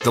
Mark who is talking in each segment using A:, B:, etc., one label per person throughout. A: The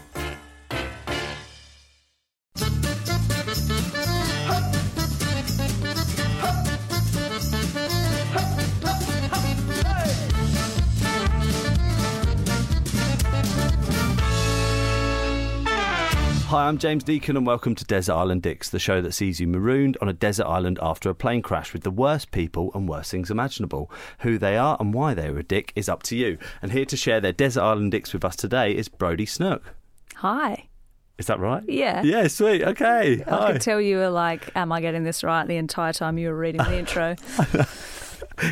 B: Hi, I'm James Deacon, and welcome to Desert Island Dicks, the show that sees you marooned on a desert island after a plane crash with the worst people and worst things imaginable. Who they are and why they were a dick is up to you. And here to share their Desert Island Dicks with us today is Brody Snook.
C: Hi.
B: Is that right?
C: Yeah.
B: Yeah, sweet. Okay.
C: I
B: Hi.
C: could tell you were like, am I getting this right the entire time you were reading the intro?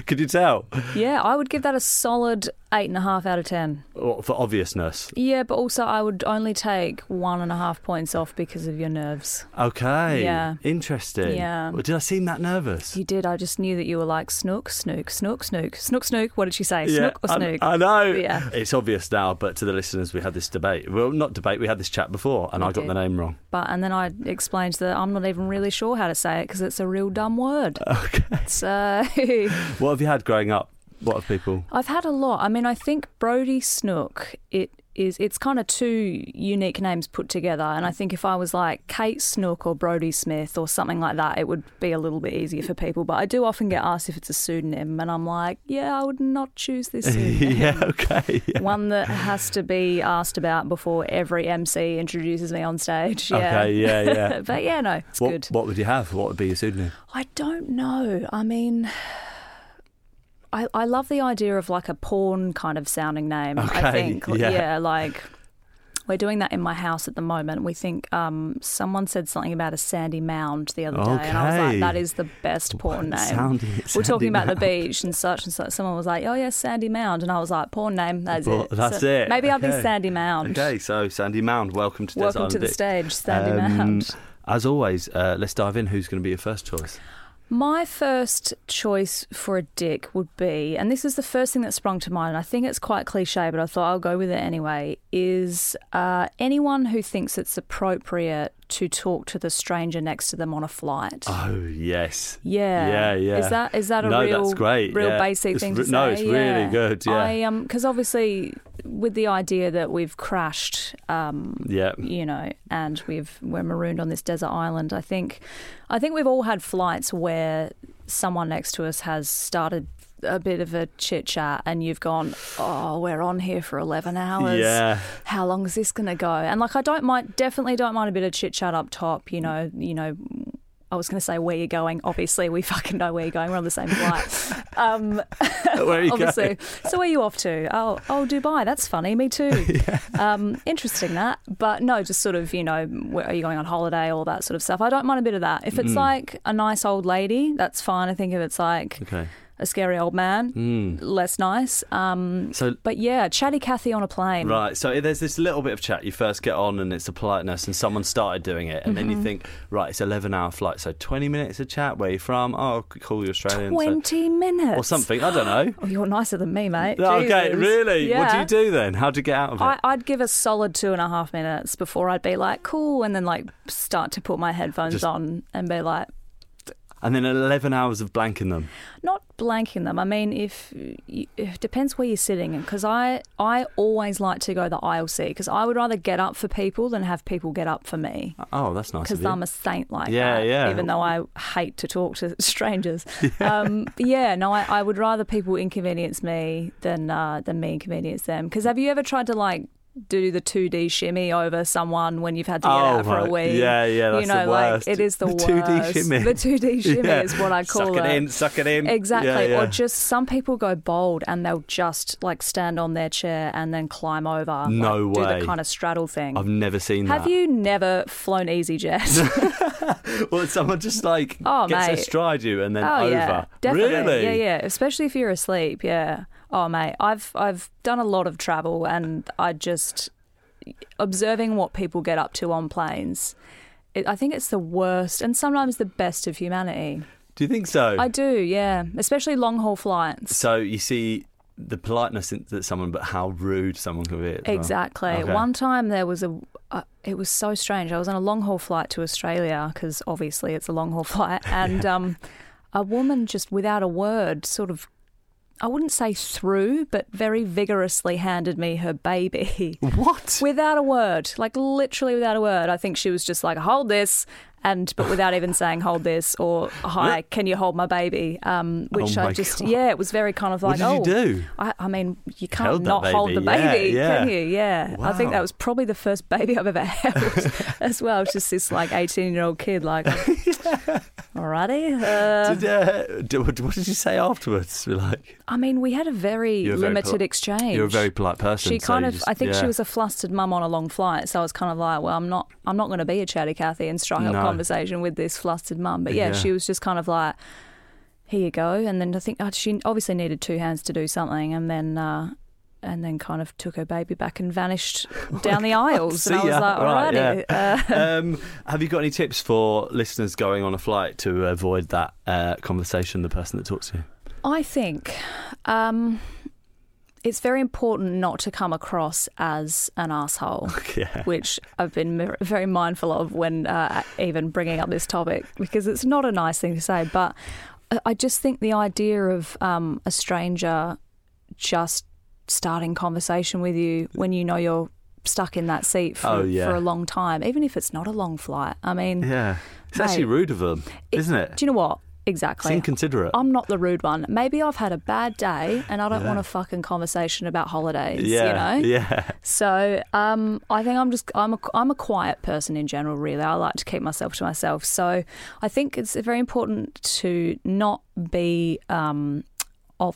B: Could you tell?
C: Yeah, I would give that a solid eight and a half out of ten.
B: Well, for obviousness.
C: Yeah, but also I would only take one and a half points off because of your nerves.
B: Okay.
C: Yeah.
B: Interesting.
C: Yeah.
B: Well, did I seem that nervous?
C: You did. I just knew that you were like snook, snook, snook, snook, snook, snook. What did she say?
B: Yeah,
C: snook or
B: I-
C: snook?
B: I, know.
C: Yeah.
B: It's obvious now, but to the listeners, we had this debate. Well, not debate, we had this chat before, and I got
C: did.
B: the name wrong.
C: but and then I explained that I'm not even really sure how to say it because it's a real dumb word.
B: Okay.
C: So
B: What have you had growing up? What have people.
C: I've had a lot. I mean, I think Brody Snook. It is. It's kind of two unique names put together, and I think if I was like Kate Snook or Brody Smith or something like that, it would be a little bit easier for people. But I do often get asked if it's a pseudonym, and I'm like, yeah, I would not choose this pseudonym.
B: yeah, okay. yeah.
C: One that has to be asked about before every MC introduces me on stage. Yeah.
B: Okay, yeah, yeah.
C: But yeah, no, it's
B: what,
C: good.
B: what would you have? What would be your pseudonym?
C: I don't know. I mean, I, I love the idea of like a porn kind of sounding name.
B: Okay,
C: I think,
B: yeah.
C: like we're doing that in my house at the moment. We think um, someone said something about a sandy mound the other day, and I was
B: Okay.
C: like, that is the best porn name.
B: Sandy-
C: we're
B: Sandy
C: talking about
B: Mound.
C: the beach and such and such. Someone was like, oh yeah, sandy mound, and I was like, porn name. That's
B: Well,
C: it.
B: that's
C: So
B: it.
C: Maybe I'll be
B: Okay.
C: sandy mound.
B: Okay, so Sandy Mound, welcome to Desert
C: Welcome to
B: Island
C: the
B: Dick.
C: stage, Sandy
B: Um,
C: Mound.
B: As always, uh, let's dive in. Who's going to be your first choice?
C: My first choice for a dick would be, and this is the first thing that sprung to mind, and I think it's quite cliche, but I thought I'll go with it anyway, is uh, anyone who thinks it's appropriate to talk to the stranger next to them on a flight.
B: Oh yes.
C: Yeah.
B: Yeah, yeah.
C: Is that is that a
B: no,
C: real
B: that's great.
C: real
B: yeah.
C: basic
B: It's
C: thing
B: re-
C: to
B: No,
C: say?
B: it's
C: Yeah.
B: really good. Yeah.
C: I um because obviously with the idea that we've crashed um
B: yeah.
C: you know, and we've we're marooned on this desert island. I think, I think we've all had flights where someone next to us has started a bit of a chit chat, and you've gone, "Oh, we're on here for eleven hours.
B: Yeah.
C: How long is this going to go?" And like, I don't mind, definitely don't mind a bit of chit chat up top. You know, you know. I was going to say where you're going. Obviously, we fucking know where you're going. We're on the same flight. Um,
B: Where are you
C: obviously.
B: going?
C: So where are you off to? Oh, oh, Dubai. That's funny. Me too. um, interesting that, but no, just sort of you know, where are you going on holiday? All that sort of stuff. I don't mind a bit of that.
B: Mm.
C: If it's like a nice old lady, that's fine. I think if it's like
B: Okay.
C: a scary old man,
B: Mm.
C: less nice. Um,
B: So
C: but yeah, chatty Cathy on a plane.
B: Right, so there's this little bit of chat. You first get on, and it's a politeness, and someone started doing it, and
C: Mm-hmm.
B: then you think, right, it's 11 hour flight, so 20 minutes of chat. Where you from? Oh, c- cool, you're Australian, so-
C: Twenty minutes
B: or something. I don't know.
C: Oh, you're nicer than me, mate.
B: Okay,
C: Jesus.
B: really?
C: Yeah.
B: What do you do then? How do you get out of it?
C: I, I'd give a solid two and a half minutes before I'd be like, cool, and then like start to put my headphones
B: Just-
C: on and be like,
B: and then 11 hours of blanking them.
C: not blanking them. I mean, if it depends where you're sitting, because I I always like to go the aisle seat because I would rather get up for people than have people get up for me
B: Oh, that's nice. Of
C: because
B: you.
C: I'm a saint like
B: Yeah,
C: that.
B: yeah.
C: Even though I hate to talk to strangers. Yeah, um, yeah no, I, I would rather people inconvenience me than uh, than me inconvenience them. Because have you ever tried to like do the 2D shimmy over someone when you've had to get
B: Oh,
C: out for a
B: right.
C: week?
B: Yeah, yeah, that's
C: you
B: the
C: know,
B: worst.
C: like it is the,
B: The 2D
C: worst.
B: shimmy.
C: The 2D shimmy
B: Yeah.
C: is what I call
B: suck it in, suck it in.
C: Exactly.
B: Yeah, yeah.
C: Or just some people go bold and they'll just like stand on their chair and then climb over.
B: No
C: like, Do
B: way.
C: the kind of straddle thing.
B: I've never seen
C: Have
B: that.
C: you never flown EasyJet?
B: Well, someone just like
C: Oh,
B: gets
C: mate.
B: astride you and then
C: oh
B: over.
C: yeah, definitely.
B: Really?
C: Yeah, yeah. Especially if you're asleep. Yeah. Oh mate, I've I've done a lot of travel and I just observing what people get up to on planes it, I think it's the worst and sometimes the best of humanity.
B: Do you think so?
C: I do, yeah. Especially long haul flights.
B: So you see the politeness in- that someone, but how rude someone can be. as well.
C: Exactly.
B: Okay.
C: One time there was a. Uh, it was so strange. I was on a long haul flight to Australia because obviously it's a long haul flight, and um, a woman just without a word, sort of, I wouldn't say threw, but very vigorously handed me her baby.
B: What?
C: without a word, like literally without a word. I think she was just like, "Hold this," and but without even saying "Hold this" or "Hi, can you hold my baby?" Um, which
B: Oh my
C: I just,
B: God.
C: yeah, it was very kind of
B: What
C: like, "Oh,
B: did you do?
C: I, I mean, you
B: Held
C: can't
B: that
C: not hold
B: baby.
C: the
B: Yeah,
C: baby,
B: yeah.
C: can you?" Yeah, I
B: Wow.
C: think that was probably the first baby I've ever held as well. It's just this like eighteen-year-old kid, like, alrighty. Uh,
B: Did, uh, do- what what did you say afterwards? You're Like
C: I mean, we had a very
B: You were very
C: limited
B: poli-
C: exchange.
B: you're a very polite person.
C: She
B: so
C: kind
B: you
C: of,
B: just-
C: I think
B: yeah.
C: she was a flustered mum on a long flight, so I was kind of like, well, I'm not, I'm not going to be a chatty Cathy and strike up
B: No.
C: conversation with this flustered mum. But yeah,
B: Yeah.
C: she was just kind of like, here you go, and then I think oh, she obviously needed two hands to do something, and then. Uh, and then kind of took her baby back and vanished down the aisles. And I
B: Oh see
C: was
B: ya.
C: like,
B: Right,
C: alrighty. Uh,
B: um, have you got any tips for listeners going on a flight to avoid that uh, conversation? The person that talks to you.
C: I think um, it's very important not to come across as an asshole.
B: Yeah.
C: which I've been mer- very mindful of when uh, even bringing up this topic because it's not a nice thing to say. But I- I just think the idea of um, a stranger just starting conversation with you when you know you're stuck in that seat for,
B: Oh, yeah.
C: for a long time, even if it's not a long flight. I mean,
B: Yeah. It's actually
C: Mate,
B: rude of them, is isn't it?
C: do you know what?
B: It's
C: Exactly.
B: inconsiderate.
C: I'm not the rude one. Maybe I've had a bad day and I don't
B: Yeah.
C: want a fucking conversation about holidays,
B: yeah.
C: you know?
B: Yeah.
C: So um, I think I'm just I'm a, I'm a quiet person in general. Really, I like to keep myself to myself. So I think it's very important to not be um,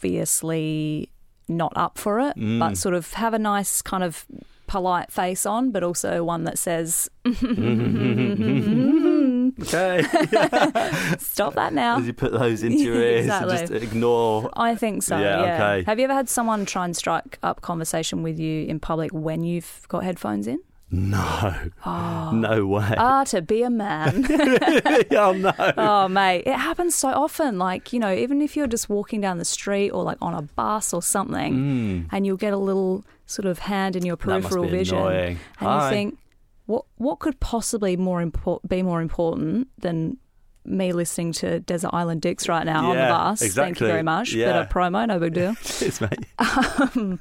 C: obviously not up for it,
B: Mm.
C: but sort of have a nice kind of polite face on, but also one that says "Mm-hmm,
B: Okay.
C: stop that now.
B: As you put those into your ears, and
C: Exactly.
B: just ignore.
C: I think so.
B: Yeah,
C: Yeah.
B: okay.
C: Have you ever had someone try and strike up conversation with you in public when you've got headphones in?
B: No.
C: Oh.
B: No way.
C: Ah, to be a man.
B: oh no.
C: Oh mate, it happens so often. Like you know, even if you're just walking down the street or like on a bus or something, and you'll get a little sort of hand in your
B: Mm. Hmm. That must
C: peripheral
B: be
C: vision,
B: annoying.
C: and
B: Hi.
C: you think, what what could possibly more import- be more important than me listening to Desert Island Dicks right now on the
B: Yeah,
C: bus? Thank
B: exactly.
C: you very much.
B: Yeah.
C: Bit of promo, no big deal. Um,
B: It's mate.
C: Yeah,
B: I mean,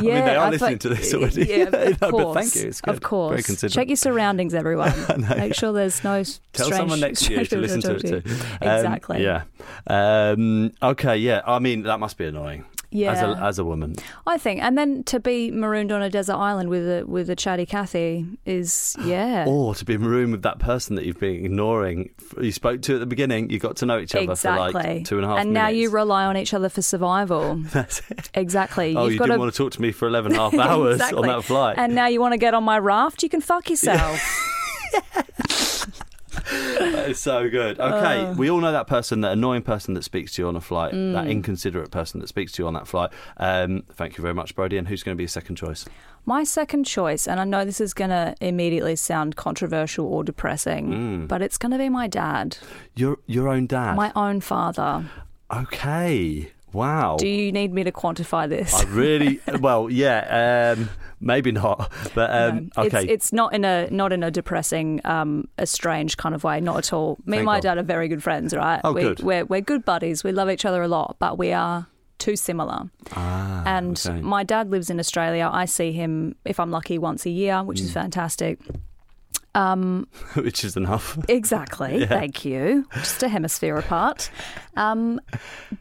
B: they are
C: thought-
B: listening to this already.
C: Yeah, of
B: No,
C: course.
B: but thank you. It's good.
C: Of course.
B: Very considerate.
C: Check your surroundings, everyone. Make sure there's no s-
B: Tell
C: strange,
B: someone next to you to
C: strangers
B: listen to it
C: talk
B: too. Um,
C: Exactly.
B: yeah. Um, okay. Yeah. I mean, that must be annoying.
C: Yeah.
B: As a, as a woman.
C: I think, and then to be marooned on a desert island with a with a chatty Cathy is yeah,
B: Or to be in a room with that person that you've been ignoring, f- you spoke to at the beginning, you got to know each other
C: exactly.
B: for like two and a half minutes.
C: now you rely on each other for survival.
B: That's it.
C: Exactly.
B: Oh,
C: You've
B: you
C: got
B: didn't
C: to,
B: want to talk to me for 11 and a half hours on
C: Exactly.
B: that flight.
C: and now you want to get on my raft. You can fuck yourself.
B: That is so good. Okay,
C: Uh.
B: we all know that person, that annoying person that speaks to you on a flight,
C: Mm.
B: that inconsiderate person that speaks to you on that flight. Um, thank you very much, Brody. And who's going to be your second choice?
C: My second choice, and I know this is going to immediately sound controversial or depressing, but it's going to be my dad,
B: Your your own Mm. dad.
C: my own father.
B: okay. Wow.
C: Do you need me to quantify this?
B: I really well, yeah. Um, maybe not, but um,
C: No.
B: okay.
C: It's, it's not in a not in a depressing, um, estranged kind of way. Not at all. Me
B: Thank
C: and my
B: God.
C: dad are very good friends, right?
B: Oh,
C: we,
B: good.
C: We're we're good buddies. We love each other a lot, but we are too similar. and
B: Ah, okay.
C: my dad lives in Australia. I see him if I'm lucky once a year, which
B: Hmm.
C: is fantastic. Um,
B: Which is enough.
C: Exactly. Thank you. Just a hemisphere apart. Um,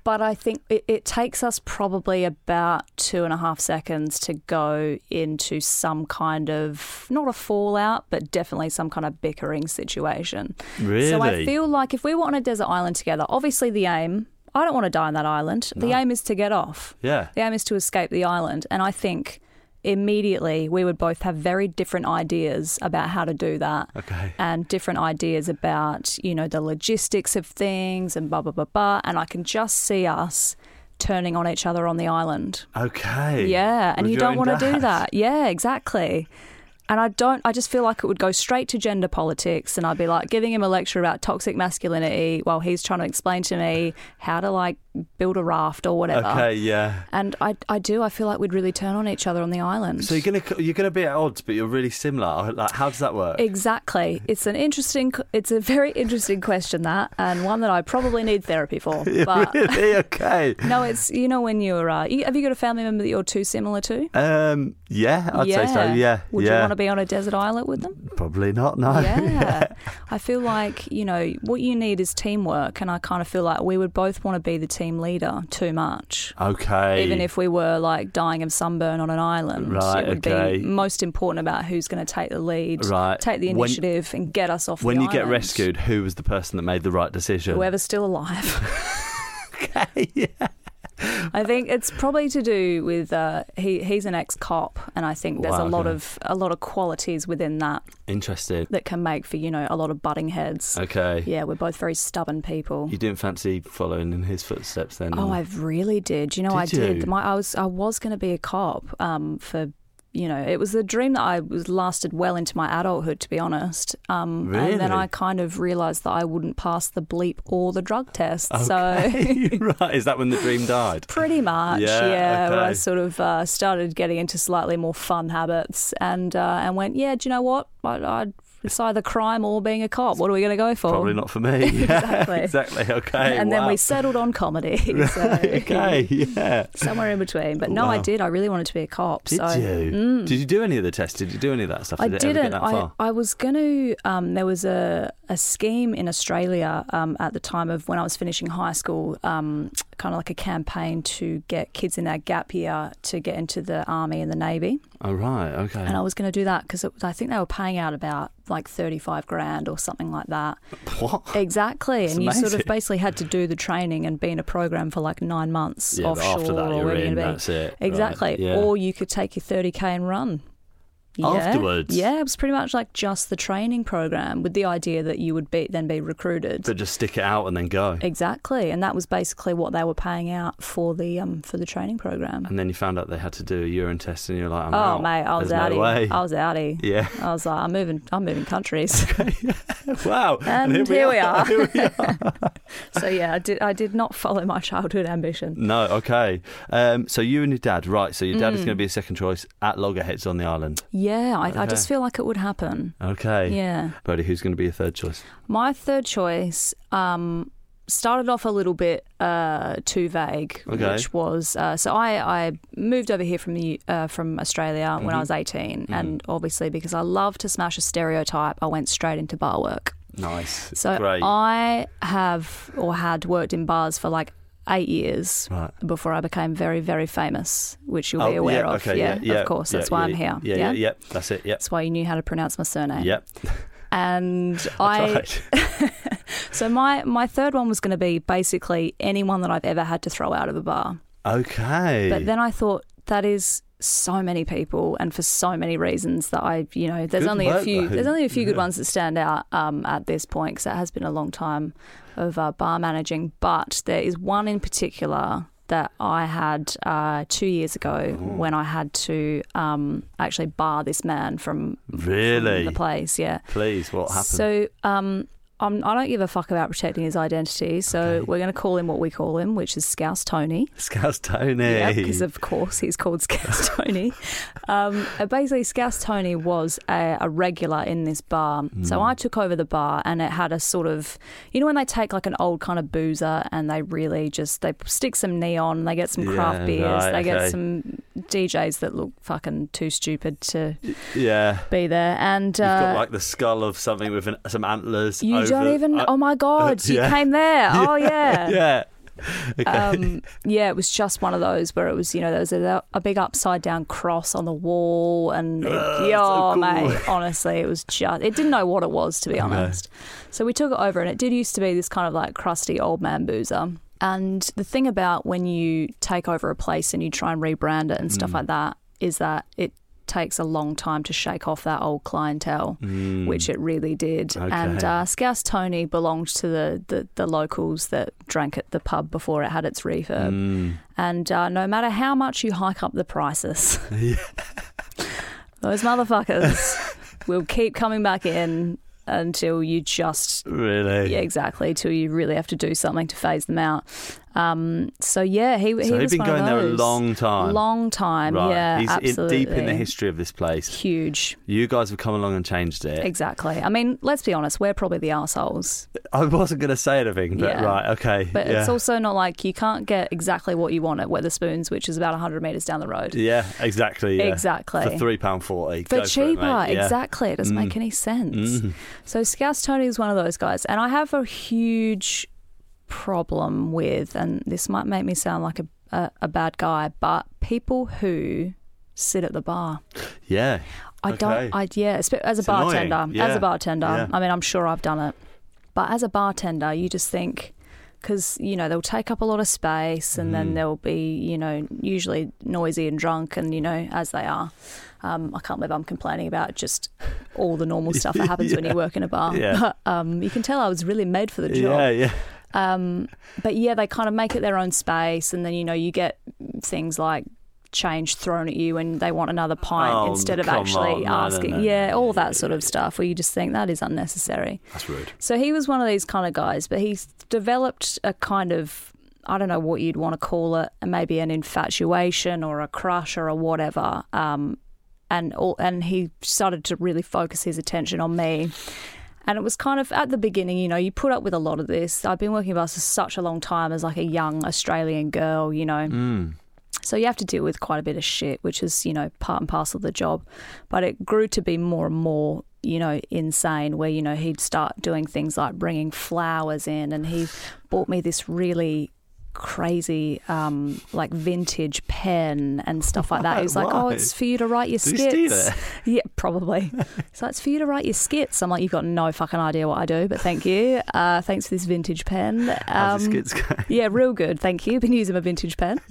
C: but I think it, it takes us probably about two and a half seconds to go into some kind of, not a fallout, but definitely some kind of bickering situation. So
B: Really?
C: I feel like if we were on a desert island together, obviously the aim, I don't want to die on that island. The aim is to get off.
B: Yeah.
C: The aim is to escape the island. And I think immediately we would both have very different ideas about how to do that
B: Okay.
C: and different ideas about, you know, the logistics of things and blah, blah, blah, blah. And I can just see us turning on each other on the island.
B: Okay.
C: Yeah. And
B: With
C: you
B: your
C: don't
B: own
C: want to do
B: dad.
C: that. Yeah, exactly. and I don't. I just feel like it would go straight to gender politics, and I'd be like giving him a lecture about toxic masculinity while he's trying to explain to me how to like build a raft or whatever.
B: Okay, yeah.
C: And I, I do. I feel like we'd really turn on each other on the island.
B: So you're gonna c- you're gonna be at odds, but you're really similar. Like, how does that work?
C: Exactly. It's an interesting. It's a very interesting question that, and one that I probably need therapy for. But
B: really? Okay.
C: no, it's you know when you're. Uh, you, have you got a family member that you're too similar to?
B: Um. Yeah, I'd say so. Yeah.
C: Would
B: yeah.
C: you want to be on a desert islet with them?
B: Probably not. No.
C: Yeah. I feel like, you know, what you need is teamwork. And I kind of feel like we would both want to be the team leader too much.
B: Okay.
C: Even if we were like dying of sunburn on an island,
B: Right,
C: it would
B: okay.
C: be most important about who's going to take the lead,
B: Right.
C: take the
B: When-
C: initiative, and get us off
B: when
C: the
B: you get
C: island.
B: rescued, who was the person that made the right decision?
C: Whoever's still alive.
B: Okay. Yeah.
C: I think it's probably to do with uh, he, he's an ex cop, and I think there's
B: Wow,
C: a lot
B: okay.
C: of a lot of qualities within that
B: Interested.
C: that can make for you know a lot of butting heads.
B: Okay.
C: Yeah, we're both very stubborn people.
B: You didn't fancy following in his footsteps then?
C: Oh,
B: and-
C: I really did. You know, I
B: Did you?
C: did. My, I was I was going to be a cop. Um, for you know, it was a dream that I was lasted well into my adulthood, to be honest. Um, and
B: Really?
C: then I kind of realised that I wouldn't pass the bleep or the drug test. So.
B: Okay. right. Is that when the dream died?
C: Pretty much,
B: Yeah,
C: yeah. where I
B: okay.
C: sort of uh, started getting into slightly more fun habits, and uh, and went, yeah. Do you know what? I, I, it's either crime or being a cop. What are we going to go for?
B: Probably not for me.
C: Exactly.
B: Yeah, exactly. Okay.
C: and then
B: wow.
C: we settled on comedy. so-
B: okay. Yeah.
C: somewhere in between. But no, I
B: Wow.
C: did. I really wanted to be a cop.
B: Did
C: so mm.
B: you? Did you do any of the tests? Did you do any of that stuff?
C: I
B: Did it ever
C: didn't.
B: get that
C: I,
B: far?
C: I was going to. Um, there was a, a scheme in Australia um, at the time of when I was finishing high school, um, kind of like a campaign to get kids in that gap year to get into the army and the navy.
B: Oh, right. Okay.
C: And I was going to do that because I think they were paying out about like 35 grand or something like that.
B: what?
C: Exactly.
B: That's
C: and you sort
B: amazing.
C: of basically had to do the training and be in a program for like nine months
B: Yeah, but
C: offshore
B: after that,
C: or
B: you're
C: wherever
B: in.
C: you'd be.
B: That's it. Right.
C: Exactly.
B: Yeah.
C: Or you could take your 30K and run. Yeah.
B: Afterwards?
C: Yeah, it was pretty much like just the training program with the idea that you would be then be recruited.
B: So just stick it out and then go.
C: exactly. And that was basically what they were paying out for the um for the training program.
B: And then you found out they had to do a urine test, and you're like, I'm
C: oh
B: out.
C: mate, I was
B: There's
C: outie.
B: no way.
C: I was outie.
B: Yeah.
C: I was like, I'm moving I'm moving countries.
B: Wow.
C: And here we are.
B: Here we are.
C: so yeah, I did I did not follow my childhood ambition.
B: no, okay. Um, so you and your dad, right? So your dad is
C: Mm.
B: going to be a second choice at Loggerheads on the island.
C: Yeah, I, I
B: Okay.
C: just feel like it would happen.
B: Okay.
C: Yeah.
B: Brody, who's going to be your third choice?
C: My third choice um, started off a little bit uh, too vague,
B: Okay.
C: which was uh, so I, I moved over here from the uh, from Australia
B: Mm-hmm.
C: when I was 18 and obviously because I love to smash a stereotype, I went straight into bar work.
B: Nice.
C: So
B: Great.
C: I have or had worked in bars for like eight years
B: Right.
C: before I became very very famous, which you'll be
B: Oh,
C: aware
B: yeah,
C: of.
B: Okay,
C: yeah,
B: yeah, yeah,
C: of course,
B: yeah,
C: that's why
B: yeah,
C: I'm here.
B: Yeah, yeah, yeah. That's it. Yep.
C: That's why you knew how to pronounce my surname.
B: Yep.
C: And I
B: Right.
C: So my my third one was going to be basically anyone that I've ever had to throw out of a bar.
B: okay.
C: But then I thought that is so many people and for so many reasons that I you know there's
B: Good
C: only a
B: work,
C: few
B: though.
C: there's only a few good
B: Yeah.
C: ones that stand out um, at this point because it has been a long time of uh, bar managing. But there is one in particular that I had uh, two years ago when I had to um, actually bar this man from from
B: really?
C: the place. Yeah.
B: Please, what happened?
C: So, um, I'm, I don't give a fuck about protecting his identity. So we're going to call him what we call him, which is Scouse Tony.
B: Scouse Tony.
C: because of course he's called Scouse Tony. Um, and basically, Scouse Tony was a, a regular in this bar. So
B: Hmm.
C: I took over the bar, and it had a sort of, you know, when they take like an old kind of boozer and they really just they stick some neon, they get some craft
B: Yeah,
C: beers,
B: right,
C: they
B: okay.
C: get some DJs that look fucking too stupid to
B: yeah.
C: be there, and
B: You've
C: uh,
B: got like the skull of something with an, some antlers.
C: You
B: over-
C: don't even.
B: uh,
C: oh my God!
B: yeah.
C: You came there. Oh yeah.
B: yeah. Okay.
C: Um, yeah, it was just one of those where it was, you know, there was a, a big upside down cross on the wall, and it,
B: Ugh,
C: yeah,
B: so cool.
C: mate, honestly, it was just, it didn't know what it was to be honest. So we took it over, and it did used to be this kind of like crusty old man boozer. And the thing about when you take over a place and you try and rebrand it and stuff like that is that it takes a long time to shake off that old clientele,
B: Hmm.
C: which it really did. And
B: Okay.
C: uh, Scouse Tony belonged to the, the, the locals that drank at the pub before it had its refurb.
B: Hmm.
C: uh, And uh, no matter how much you hike up the prices, Those motherfuckers will keep coming back in until you just
B: Really?
C: yeah exactly till you really have to do something to phase them out. Um, so yeah, he he
B: so
C: was
B: he'd been
C: one of
B: going there a
C: those.
B: long time.
C: long time.
B: right.
C: Yeah,
B: He's in-
C: absolutely.
B: deep in the history of this place.
C: Huge,
B: You guys have come along and changed it.
C: exactly. I mean, let's be honest, we're probably the assholes,
B: I wasn't going to say anything, but
C: Yeah.
B: right, okay.
C: but
B: yeah.
C: it's also not like you can't get exactly what you want at Weatherspoons, which is about hundred meters down the road.
B: Yeah, exactly. yeah.
C: Exactly.
B: For three pound forty.
C: For
B: Go for it,
C: cheaper,
B: mate. Yeah. Mm. Mm-hmm.
C: exactly. It doesn't make any sense. So Scouse is one of those guys, and I have a huge problem with, and this might make me sound like a a, a bad guy, but people who sit at the bar.
B: Yeah.
C: I
B: Okay.
C: don't. I yeah. espe- As a
B: It's annoying.
C: bartender, as
B: Yeah.
C: a bartender,
B: Yeah.
C: I mean, I'm sure I've done it, but as a bartender, you just think because you know they'll take up a lot of space, and
B: Mm-hmm.
C: then they'll be you know usually noisy and drunk, and you know as they are. Um, I can't believe I'm complaining about just all the normal stuff that happens when you work in a bar.
B: Yeah.
C: But um, you can tell I was really made for the job.
B: Yeah, yeah.
C: Um, but yeah, they kind of make it their own space, and then you know you get things like change thrown at you, and they want another pint
B: Oh,
C: instead of
B: come on.
C: actually
B: No, no,
C: asking.
B: no.
C: Yeah, all that sort of stuff where you just think that is unnecessary.
B: That's rude.
C: So he was one of these kind of guys, but he's developed a kind of I don't know what you'd want to call it, maybe an infatuation or a crush or a whatever. Um, and all, and he started to really focus his attention on me. And it was kind of at the beginning, you know, you put up with a lot of this. I've been working bars for such a long time as like a young Australian girl, you know.
B: Hmm.
C: So you have to deal with quite a bit of shit, which is, you know, part and parcel of the job. But it grew to be more and more, you know, insane where, you know, he'd start doing things like bringing flowers in and he bought me this really crazy um like vintage pen and stuff like that. He was like, Oh,
B: Why?
C: it's for you to write your
B: Did he
C: skits.
B: steal it?
C: Yeah, probably. so it's for you to write your skits. I'm like, you've got no fucking idea what I do, but thank you. Uh, thanks for this vintage pen.
B: How's the
C: Um,
B: skits go?
C: yeah, real good. Thank you. Been using my vintage pen.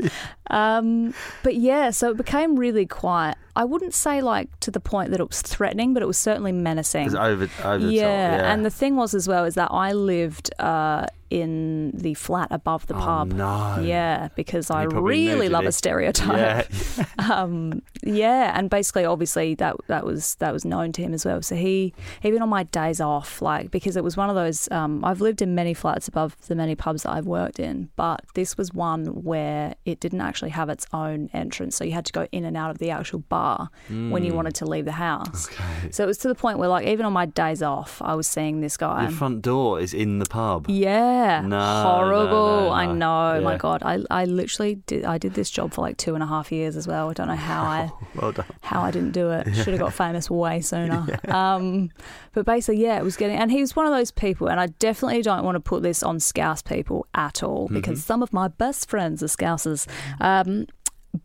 C: Um, but yeah, so it became really quiet. I wouldn't say like to the point that it was threatening, but it was certainly menacing.
B: It's over, over the top,
C: yeah,
B: yeah.
C: and the thing was as well is that I lived uh, in the flat above the
B: Oh,
C: pub.
B: no.
C: Yeah, because I
B: probably knew,
C: really
B: did
C: love
B: he?
C: a stereotype
B: Yeah.
C: um, yeah, and basically, obviously, that that was that was known to him as well. So he, even on my days off, like because it was one of those. Um, I've lived in many flats above the many pubs that I've worked in, but this was one where it didn't actually have its own entrance, so you had to go in and out of the actual bar when you wanted to leave the house.
B: Hmm. Okay.
C: So it was to the point where, like, even on my days off, I was seeing this guy.
B: Your front door is in the pub.
C: Yeah.
B: No,
C: Horrible.
B: no, no,
C: I
B: no.
C: know.
B: Yeah.
C: My God. I, I literally did I did this job for like two and a half years as well. I don't know how I
B: Oh, Well done.
C: how I didn't do it. Should have got famous way sooner. Um, but basically, yeah, it was getting. And he was one of those people, and I definitely don't want to put this on Scouse people at all because some of my best friends are Scousers. Um,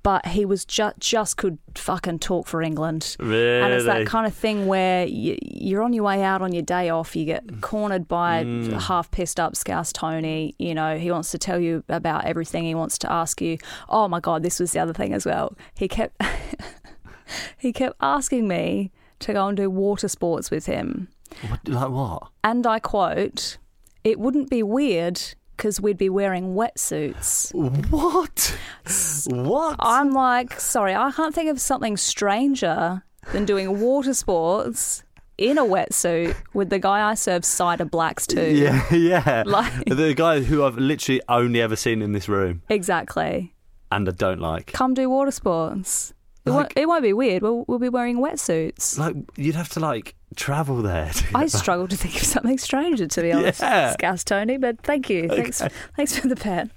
C: but he was ju- just could fucking talk for England.
B: Really?
C: And it's that kind of thing where you, you're on your way out on your day off, you get cornered by half pissed up Scouse Tony. You know, he wants to tell you about everything. He wants to ask you, oh my God, this was the other thing as well. He kept, he kept asking me to go and do water sports with him.
B: What, like what?
C: And I quote, it wouldn't be weird because we'd be wearing wetsuits.
B: What? What?
C: I'm like, sorry, I can't think of something stranger than doing water sports in a wetsuit with the guy I serve cider blacks to.
B: yeah, yeah.
C: Like-
B: the guy who I've literally only ever seen in this room
C: Exactly.
B: and I don't like.
C: Come do water sports. It, won't, it won't be weird. We'll, we'll be wearing wetsuits.
B: Like you'd have to like travel there. to-
C: I struggle to think of something stranger, to be honest,
B: Yeah.
C: Scouse Tony. But thank you, thanks, thanks for the pen.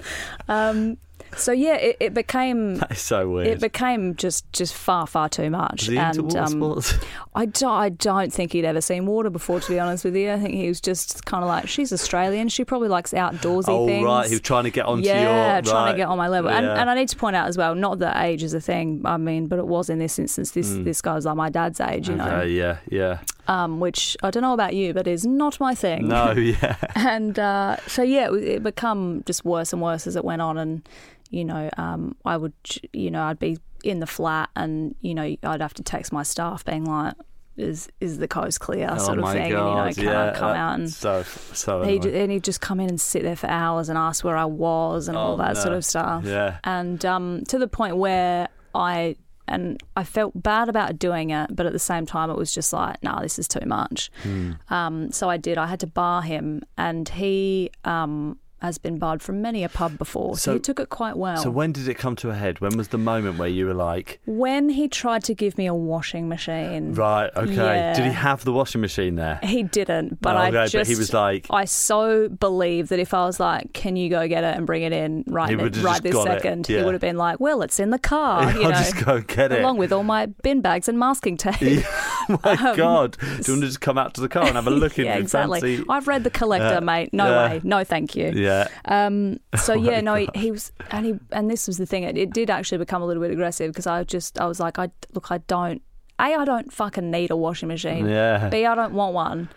C: Um, so yeah, it, it became
B: That is so weird.
C: it became just just far far too much.
B: Is he into
C: um,
B: water sports?
C: I don't, I don't think he'd ever seen water before, to be honest with you. I think he was just kind of like, she's Australian. She probably likes outdoorsy
B: Oh
C: things.
B: right, he was trying to get onto
C: yeah,
B: your.
C: trying
B: right.
C: to get on my level. And,
B: Yeah.
C: and I need to point out as well, not that age is a thing. I mean, but it was in this instance. This
B: Hmm.
C: this guy was like my dad's age, you
B: Okay, yeah, yeah.
C: know, um, which I don't know about you, but is not my thing.
B: No, yeah.
C: and uh, so yeah, it, it become just worse and worse as it went on, and you know, um, I would, you know, I'd be in the flat, and you know, I'd have to text my staff, being like, "Is is the coast clear?" sort of
B: oh my
C: thing,
B: God,
C: and you know, can
B: yeah,
C: I come
B: that-
C: out and.
B: so so.
C: He'd,
B: annoying.
C: and he'd just come in and sit there for hours and ask where I was and all
B: Oh,
C: that
B: no.
C: sort of stuff
B: Yeah.
C: and um, to the point where I and I felt bad about doing it, but at the same time, it was just like, nah, this is too much.
B: Hmm.
C: Um, so I did. I had to bar him, and he um, has been barred from many a pub before, so,
B: So-
C: he took it quite well.
B: So when did it come to a head? When was the moment where you were like,
C: when he tried to give me a washing machine,
B: right, okay? Did he
C: Yeah.
B: have the washing machine there?
C: He didn't, but
B: Oh,
C: I
B: okay,
C: just
B: but he was like-
C: I so believe that if I was like, "Can you go get it and bring it in right,
B: He
C: now-
B: would've just
C: right this
B: got it,
C: second?
B: yeah.
C: He would have been like, "Well, it's in the car," uh, you
B: I'll
C: know,
B: just go get it.
C: along with all my bin bags and masking tape.
B: My God, do you want to just come out to the car and have a look in
C: yeah,
B: the
C: exactly.
B: fancy?
C: I've read the collector,
B: Yeah.
C: mate. No
B: Yeah.
C: way. No, thank you.
B: Yeah, Oh
C: Um, so yeah, no, he, he was, and he, and this was the thing. It, it did actually become a little bit aggressive because I just, I was like, I look, I don't, a, I don't fucking need a washing machine.
B: Yeah.
C: B, I don't want one.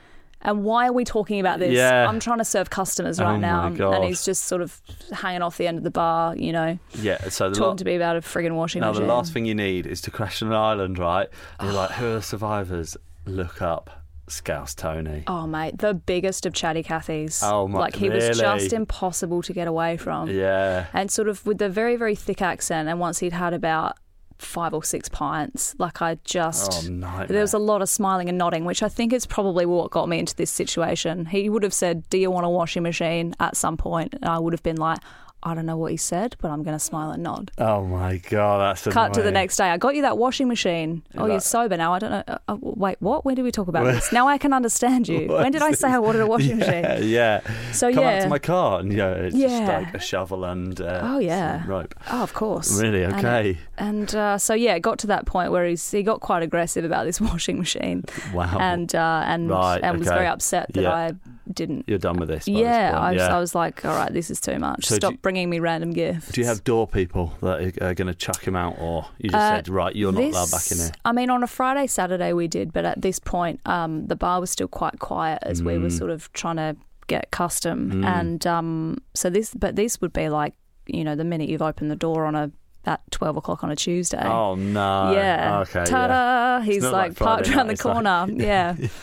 C: And why are we talking about this?
B: Yeah.
C: I'm trying to serve customers right
B: Oh
C: now,
B: my
C: and-
B: God.
C: and he's just sort of hanging off the end of the bar, you know,
B: yeah. So the
C: talking
B: lot.
C: to me about a friggin' washing
B: Now, the
C: machine.
B: last thing you need is to crash on an island, right? And you're like, who are the survivors? Look up Scouse Tony.
C: Oh mate, the biggest of chatty Cathys.
B: Oh, my-
C: like he was
B: really?
C: just impossible to get away from.
B: Yeah.
C: and sort of with the very very thick accent and once he'd had about five or six pints like i
B: Oh,
C: just
B: nightmare.
C: there was a lot of smiling and nodding which i think is probably what got me into this situation he would have said do you want a washing machine at some point and i would have been like i don't know what he said but i'm going to smile and nod
B: Oh my god, that's
C: Cut to the
B: annoying.
C: next day. I got you that washing machine. Oh, you're
B: Like-
C: sober now. I don't know. Uh, uh, wait, what? When did we talk about this? Now I can understand you.
B: What
C: When did
B: is
C: I say I wanted a washing
B: Yeah,
C: machine?
B: yeah.
C: So,
B: Come out
C: Oh, yeah.
B: to my car, and yeah, it's just
C: Yeah.
B: like a shovel and uh,
C: Oh, yeah.
B: some rope.
C: Oh, of course.
B: Really?
C: And-
B: Okay.
C: And, uh, so yeah, it got to that point where he's, he got quite aggressive about this washing machine,
B: Wow.
C: and uh, and
B: Right,
C: and was
B: okay.
C: very upset that
B: Yeah.
C: I didn't.
B: you're done with this. by this
C: Yeah,
B: point,
C: I was, I was like, all right, this is too much.
B: So do
C: Stop
B: you-
C: bringing me random gifts.
B: Do you have door people that are, are going to chuck him out, or you just
C: Uh,
B: said, right, you're not allowed back in
C: This-
B: here?
C: I mean, on a Friday, Saturday we did, but at this point, um, the bar was still quite quiet as we
B: Mm.
C: were sort of trying to get custom, and um, so this, but this would be like, you know, the minute you've opened the door on a at twelve o'clock on a Tuesday.
B: Oh no.
C: Yeah.
B: Okay. yeah.
C: Ta-da! He's
B: not
C: like,
B: like Friday
C: parked
B: night,
C: around the
B: it's like-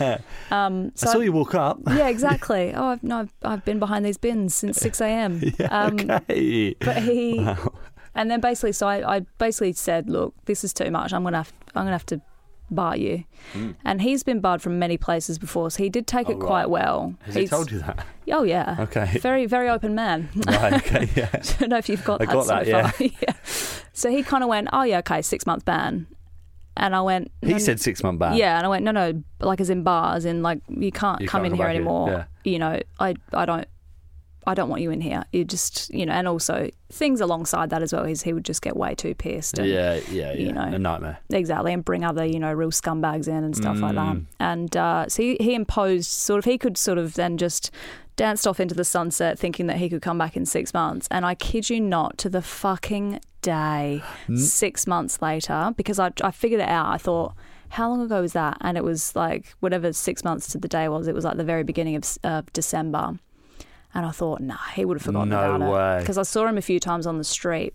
C: corner. yeah.
B: Yeah.
C: Um, so
B: I saw you walk up.
C: yeah, exactly. Oh, I've, no, I've, I've been behind these bins since six a.m. um,
B: okay.
C: But he,
B: Wow.
C: and then basically, so I, I basically said, look, this is too much. I'm gonna have, I'm gonna have to bar you. And he's been barred from many places before, so he did take
B: Hmm. Oh,
C: it
B: right.
C: quite well.
B: Has he
C: He's-
B: told you that?
C: Oh yeah.
B: Okay.
C: Very, very open man.
B: right. Okay. Yeah.
C: I don't know if you've got
B: I
C: that
B: got
C: so
B: that, yeah.
C: far. yeah. So he kind of went, oh yeah, okay, six month ban. And I went,
B: He
C: "No,
B: said six month ban.
C: yeah, and I went, no, no, like as in bars, in like you can't
B: You
C: come
B: can't
C: in
B: come
C: here
B: back in,
C: anymore.
B: yeah.
C: You know, I, I don't, I don't want you in here. You just, you know, and also things alongside that as well is he would just get way too pissed. And,
B: Yeah. Yeah. Yeah.
C: You know.
B: A nightmare.
C: Exactly, and bring other you know real scumbags in and stuff like that. And uh, so he, he imposed sort of he could sort of then just danced off into the sunset, thinking that he could come back in six months. And I kid you not, to the fucking day, six months later, because I I figured it out. I thought. How long ago was that? And it was like whatever six months to the day was. It was like the very beginning of uh, December, and I thought, nah, he would have forgotten
B: No
C: about it
B: way.
C: because I saw him a few times on the street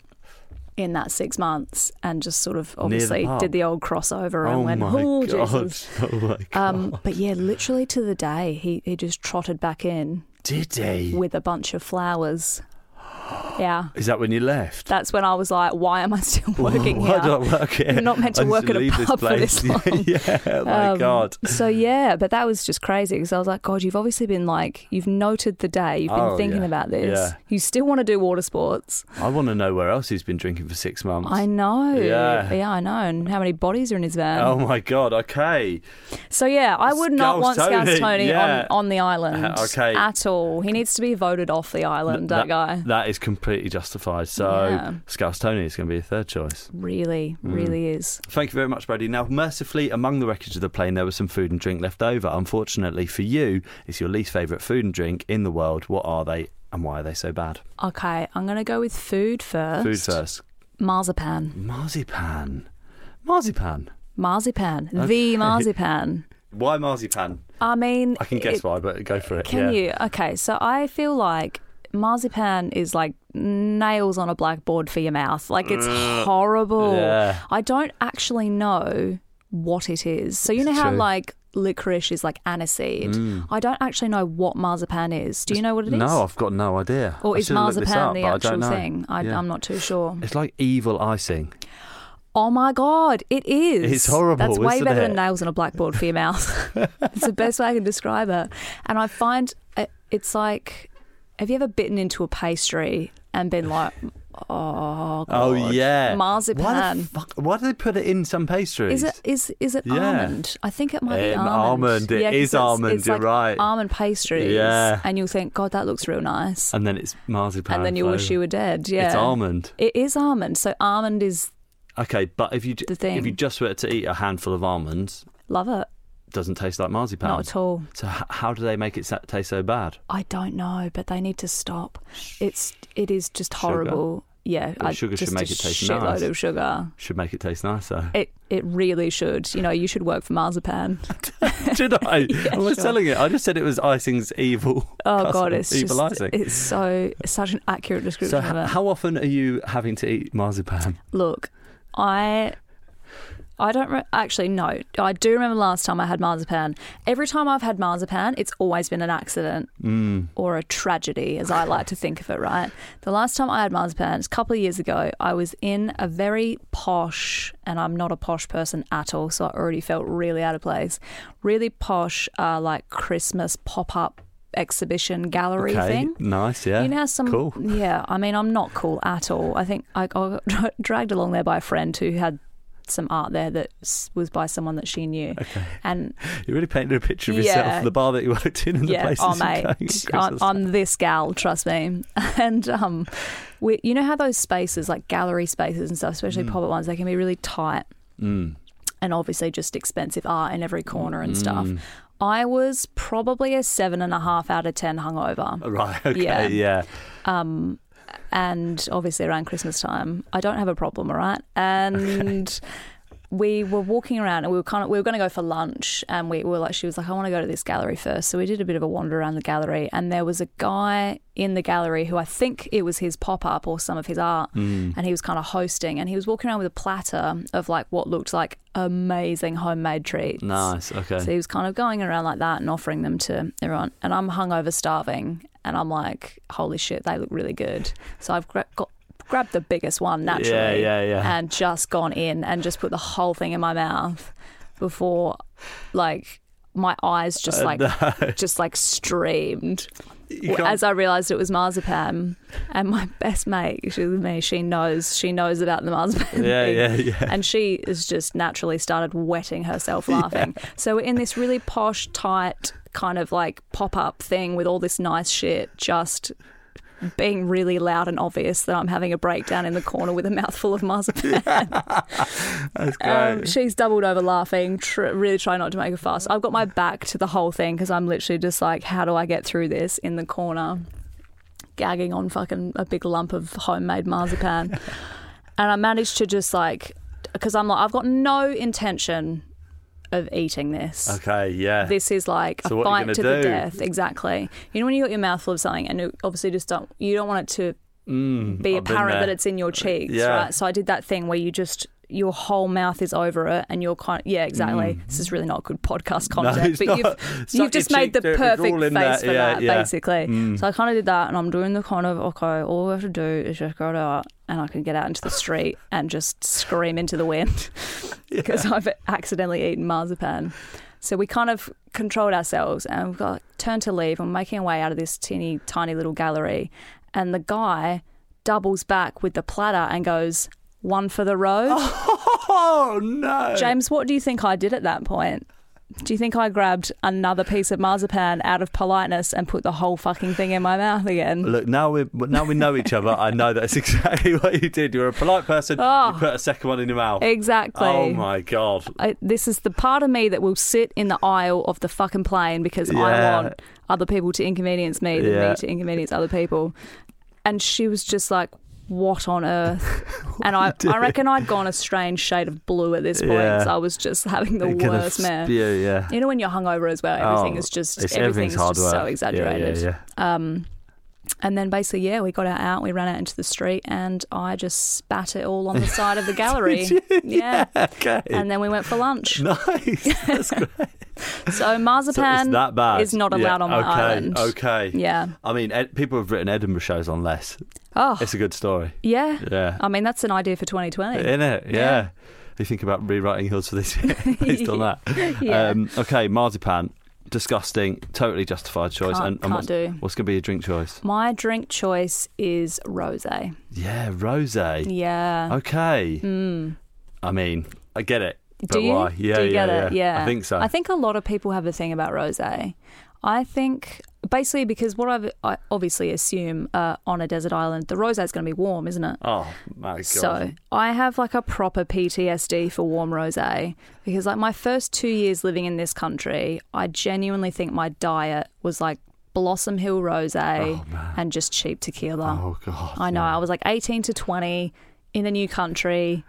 C: in that six months, and just sort of
B: the
C: obviously
B: pub.
C: did the old crossover and
B: Oh
C: went,
B: my
C: oh
B: god.
C: Jesus.
B: Oh my god.
C: Um, but yeah, literally to the day, he, he just trotted back in
B: Did he?
C: with a bunch of flowers. Yeah,
B: Is that when you left?
C: that's when I was like, why am I still working
B: Why do I
C: here?
B: work here?
C: You're not meant to
B: I just
C: work at a
B: leave this
C: pub for
B: place.
C: this long.
B: yeah, oh my
C: Um,
B: God.
C: So yeah, but that was just crazy because I was like, God, you've obviously been like, you've noted the day, you've been
B: Oh,
C: thinking
B: yeah.
C: about this.
B: Yeah.
C: You still want to do water sports.
B: I want to know where else he's been drinking for six months.
C: I know.
B: Yeah.
C: I know. And how many bodies are in his van?
B: Oh my God. Okay.
C: So yeah, I would not
B: Scouse
C: want Scouse
B: Tony,
C: Tony
B: yeah.
C: on, on the island
B: Uh, okay.
C: at all. He needs to be voted off the island, that, guy.
B: That is completely justified. So
C: Yeah.
B: Scouse Tony is going to be a third choice.
C: Really,
B: mm.
C: really is.
B: Thank you very much, Brady. Now, mercifully, among the wreckage of the plane, there was some food and drink left over. Unfortunately for you, it's your least favourite food and drink in the world. What are they and why are they so bad?
C: Okay, I'm gonna go with food first.
B: Food first.
C: Marzipan.
B: Marzipan. Marzipan.
C: Marzipan. The marzipan.
B: Why marzipan?
C: I mean
B: I can guess
C: it-
B: why, but go for it.
C: Can
B: yeah.
C: you? Okay, so I feel like marzipan is like nails on a blackboard for your mouth. Like it's horrible.
B: Yeah.
C: I don't actually know what it is. So you know how
B: true. Mm.
C: like licorice is like aniseed. I don't actually know what marzipan is. Do you know what it is?
B: No, I've got no idea.
C: Or
B: I
C: is
B: should've looked this
C: marzipan
B: up,
C: the
B: but I don't
C: actual
B: know.
C: thing? I,
B: Yeah.
C: I'm not too sure.
B: It's like evil icing.
C: Oh my god, it is.
B: It's horrible,
C: That's way
B: isn't
C: better
B: it?
C: than nails on a blackboard for your mouth. it's the best way I can describe it. And I find it, it's like, have you ever bitten into a pastry and been like, oh, god,
B: Oh yeah, Why the
C: marzipan?
B: fuck? Why do they put it in some pastries?
C: Is it is is it
B: Yeah.
C: almond? I think it might be
B: Um,
C: almond.
B: almond, it
C: 'cause
B: is
C: it's-
B: almond,
C: It's
B: you're
C: like
B: right.
C: Almond pastries.
B: Yeah.
C: And you'll think, God, that looks real nice.
B: And then it's marzipan.
C: and then you wish
B: flavour.
C: you were dead. Yeah.
B: It's almond.
C: It is almond. So almond is
B: Okay, but if you
C: The
B: if you
C: thing.
B: just were to eat a handful of almonds,
C: love it.
B: it doesn't taste like marzipan.
C: Not at all.
B: So h- how do they make it sa- taste so bad?
C: I don't know, but they need to stop. It's it is just
B: Sugar?
C: horrible. Yeah,
B: But sugar should
C: just
B: make
C: a
B: it taste
C: shitload
B: nice.
C: of sugar.
B: Should make it taste nicer.
C: It it really should. You know, you should work for marzipan.
B: Should I? I was
C: sure.
B: telling it. I just said it was icing's evil.
C: Oh
B: cousin,
C: god, it's
B: evil
C: just
B: icing.
C: it's so such an accurate
B: so
C: description
B: h-
C: of it.
B: how often are you having to eat marzipan?
C: Look, I I don't re- actually no. I do remember last time I had marzipan. Every time I've had marzipan, it's always been an accident or a tragedy, as I like to think of it. Right. The last time I had marzipan, it's a couple of years ago. I was in a very posh, and I'm not a posh person at all, so I already felt really out of place. Really posh, uh, like Christmas pop up exhibition gallery
B: okay,
C: thing.
B: nice. Yeah,
C: You know, how some.
B: cool.
C: Yeah, I mean, I'm not cool at all. I think I got dra- dragged along there by a friend who had some art there that s- was by someone that she knew. And
B: You really painted a picture of
C: Yeah.
B: yourself, the bar that you worked in, and the
C: yeah,
B: places
C: oh
B: you going.
C: mate,
B: at
C: I'm,
B: Christmas
C: I'm this gal, trust me. And um, we, you know how those spaces, like gallery spaces and stuff, especially
B: Mm.
C: pop-up ones, they can be really tight. And obviously, just expensive art in every corner and
B: Mm.
C: stuff. I was probably a seven and a half out of ten hungover.
B: time. Right. Okay. Yeah.
C: Yeah. Um, and obviously around Christmas time, I don't have a problem, all right? And we were walking around and we were kind of we were going to go for lunch and we were like she was like I want to go to this gallery first. So we did a bit of a wander around the gallery and there was a guy in the gallery who I think it was his pop-up or some of his art
B: Mm.
C: and he was kind of hosting and he was walking around with a platter of like what looked like amazing homemade treats.
B: Nice. Okay.
C: So he was kind of going around like that and offering them to everyone. And I'm hungover, starving, and I'm like, holy shit, they look really good. So I've gra- got grabbed the biggest one naturally,
B: yeah, yeah.
C: and just gone in and just put the whole thing in my mouth before, like, my eyes just like just like streamed
B: Uh, You can't-
C: as I realised it was marzipan. And my best mate, she's with me. She knows she knows about the marzipan.
B: yeah,
C: thing
B: yeah, yeah.
C: and she has just naturally started wetting herself laughing. So we're in this really posh, tight kind of like pop up thing with all this nice shit, just being really loud and obvious that I'm having a breakdown in the corner with a mouthful of marzipan.
B: That's great.
C: Um, she's doubled over laughing, tr- really trying not to make a fuss. I've got my back to the whole thing because I'm literally just like, how do I get through this in the corner, gagging on fucking a big lump of homemade marzipan. and I managed to just like, because I'm like, I've got no intention of eating this.
B: okay. Yeah.
C: This is like
B: So
C: a
B: what are you gonna
C: fight to
B: do?
C: the death. Exactly. You know when you got your mouth full of something and you obviously just don't you don't want it to
B: Mm,
C: be
B: I've been
C: apparent
B: there. Uh,
C: that it's in your cheeks,
B: yeah.
C: right? So I did that thing where you just your whole mouth is over it, and you're kind. yeah, exactly. This is really not good podcast content,
B: Mm. it's
C: but
B: not.
C: you've
B: Suck your
C: you've just
B: cheek
C: made the
B: to it, it's all
C: perfect
B: in
C: face
B: that,
C: for
B: yeah,
C: that,
B: yeah.
C: basically.
B: Mm.
C: So I kind of did that, and I'm doing the kind of okay. All I have to do is just go out, and I can get out into the street and just scream into the wind because I've accidentally eaten marzipan. So we kind of controlled ourselves and we've got turned to leave. and we're making our way out of this teeny tiny little gallery, and the guy doubles back with the platter and goes, "One for the road."
B: Oh no.
C: James, what do you think I did at that point? Do you think I grabbed another piece of marzipan out of politeness and put the whole fucking thing in my mouth again?
B: Look, now we now we know each other. I know that's exactly what you did. You're a polite person.
C: Oh.
B: You put a second one in your mouth.
C: Exactly.
B: Oh my god.
C: I, this is the part of me that will sit in the aisle of the fucking plane because
B: Yeah.
C: I want other people to inconvenience me than
B: Yeah.
C: me to inconvenience other people. And she was just like, what on earth? and I, I reckon I'd gone a strange shade of blue at this point.
B: Yeah.
C: So I was just having the
B: It could have
C: worst man.
B: spew, yeah.
C: You know when you're hungover as well, everything
B: Oh,
C: is just
B: it's-
C: everything is
B: hard
C: just
B: work.
C: so
B: Yeah,
C: exaggerated.
B: Yeah, yeah,
C: Um, And then basically, yeah, we got out, out, we ran out into the street, and I just spat it all on the side of the gallery. yeah.
B: Okay.
C: And then we went for lunch.
B: nice. That's great.
C: So marzipan
B: that bad.
C: is not
B: Yeah,
C: allowed on
B: okay,
C: my island.
B: Okay.
C: Yeah.
B: I mean, ed- people have written Edinburgh shows on less.
C: Oh,
B: It's a good story.
C: yeah.
B: Yeah.
C: I mean, that's an idea for 2020.
B: In it, yeah.
C: Yeah.
B: You think about rewriting yours for this year based on that.
C: Yeah.
B: Um, okay, marzipan, disgusting, totally justified choice.
C: Can't-
B: and and
C: can't
B: what's,
C: do.
B: what's going to be your drink choice?
C: My drink choice is rosé.
B: Yeah, rosé.
C: Yeah. Mm.
B: Okay. I mean, I get it. But
C: do you?
B: why? Yeah,
C: do you
B: yeah,
C: get it? Yeah.
B: I think so.
C: I think a lot of people have a thing about rosé. I think basically because what I've, I obviously assume uh, on a desert island, the rosé is going to be warm, isn't it?
B: oh my god.
C: So I have like a proper PTSD for warm rosé because like my first two years living in this country, I genuinely think my diet was like Blossom Hill rosé and just cheap tequila.
B: oh god.
C: I know. I was like 18 to 20 in a new country.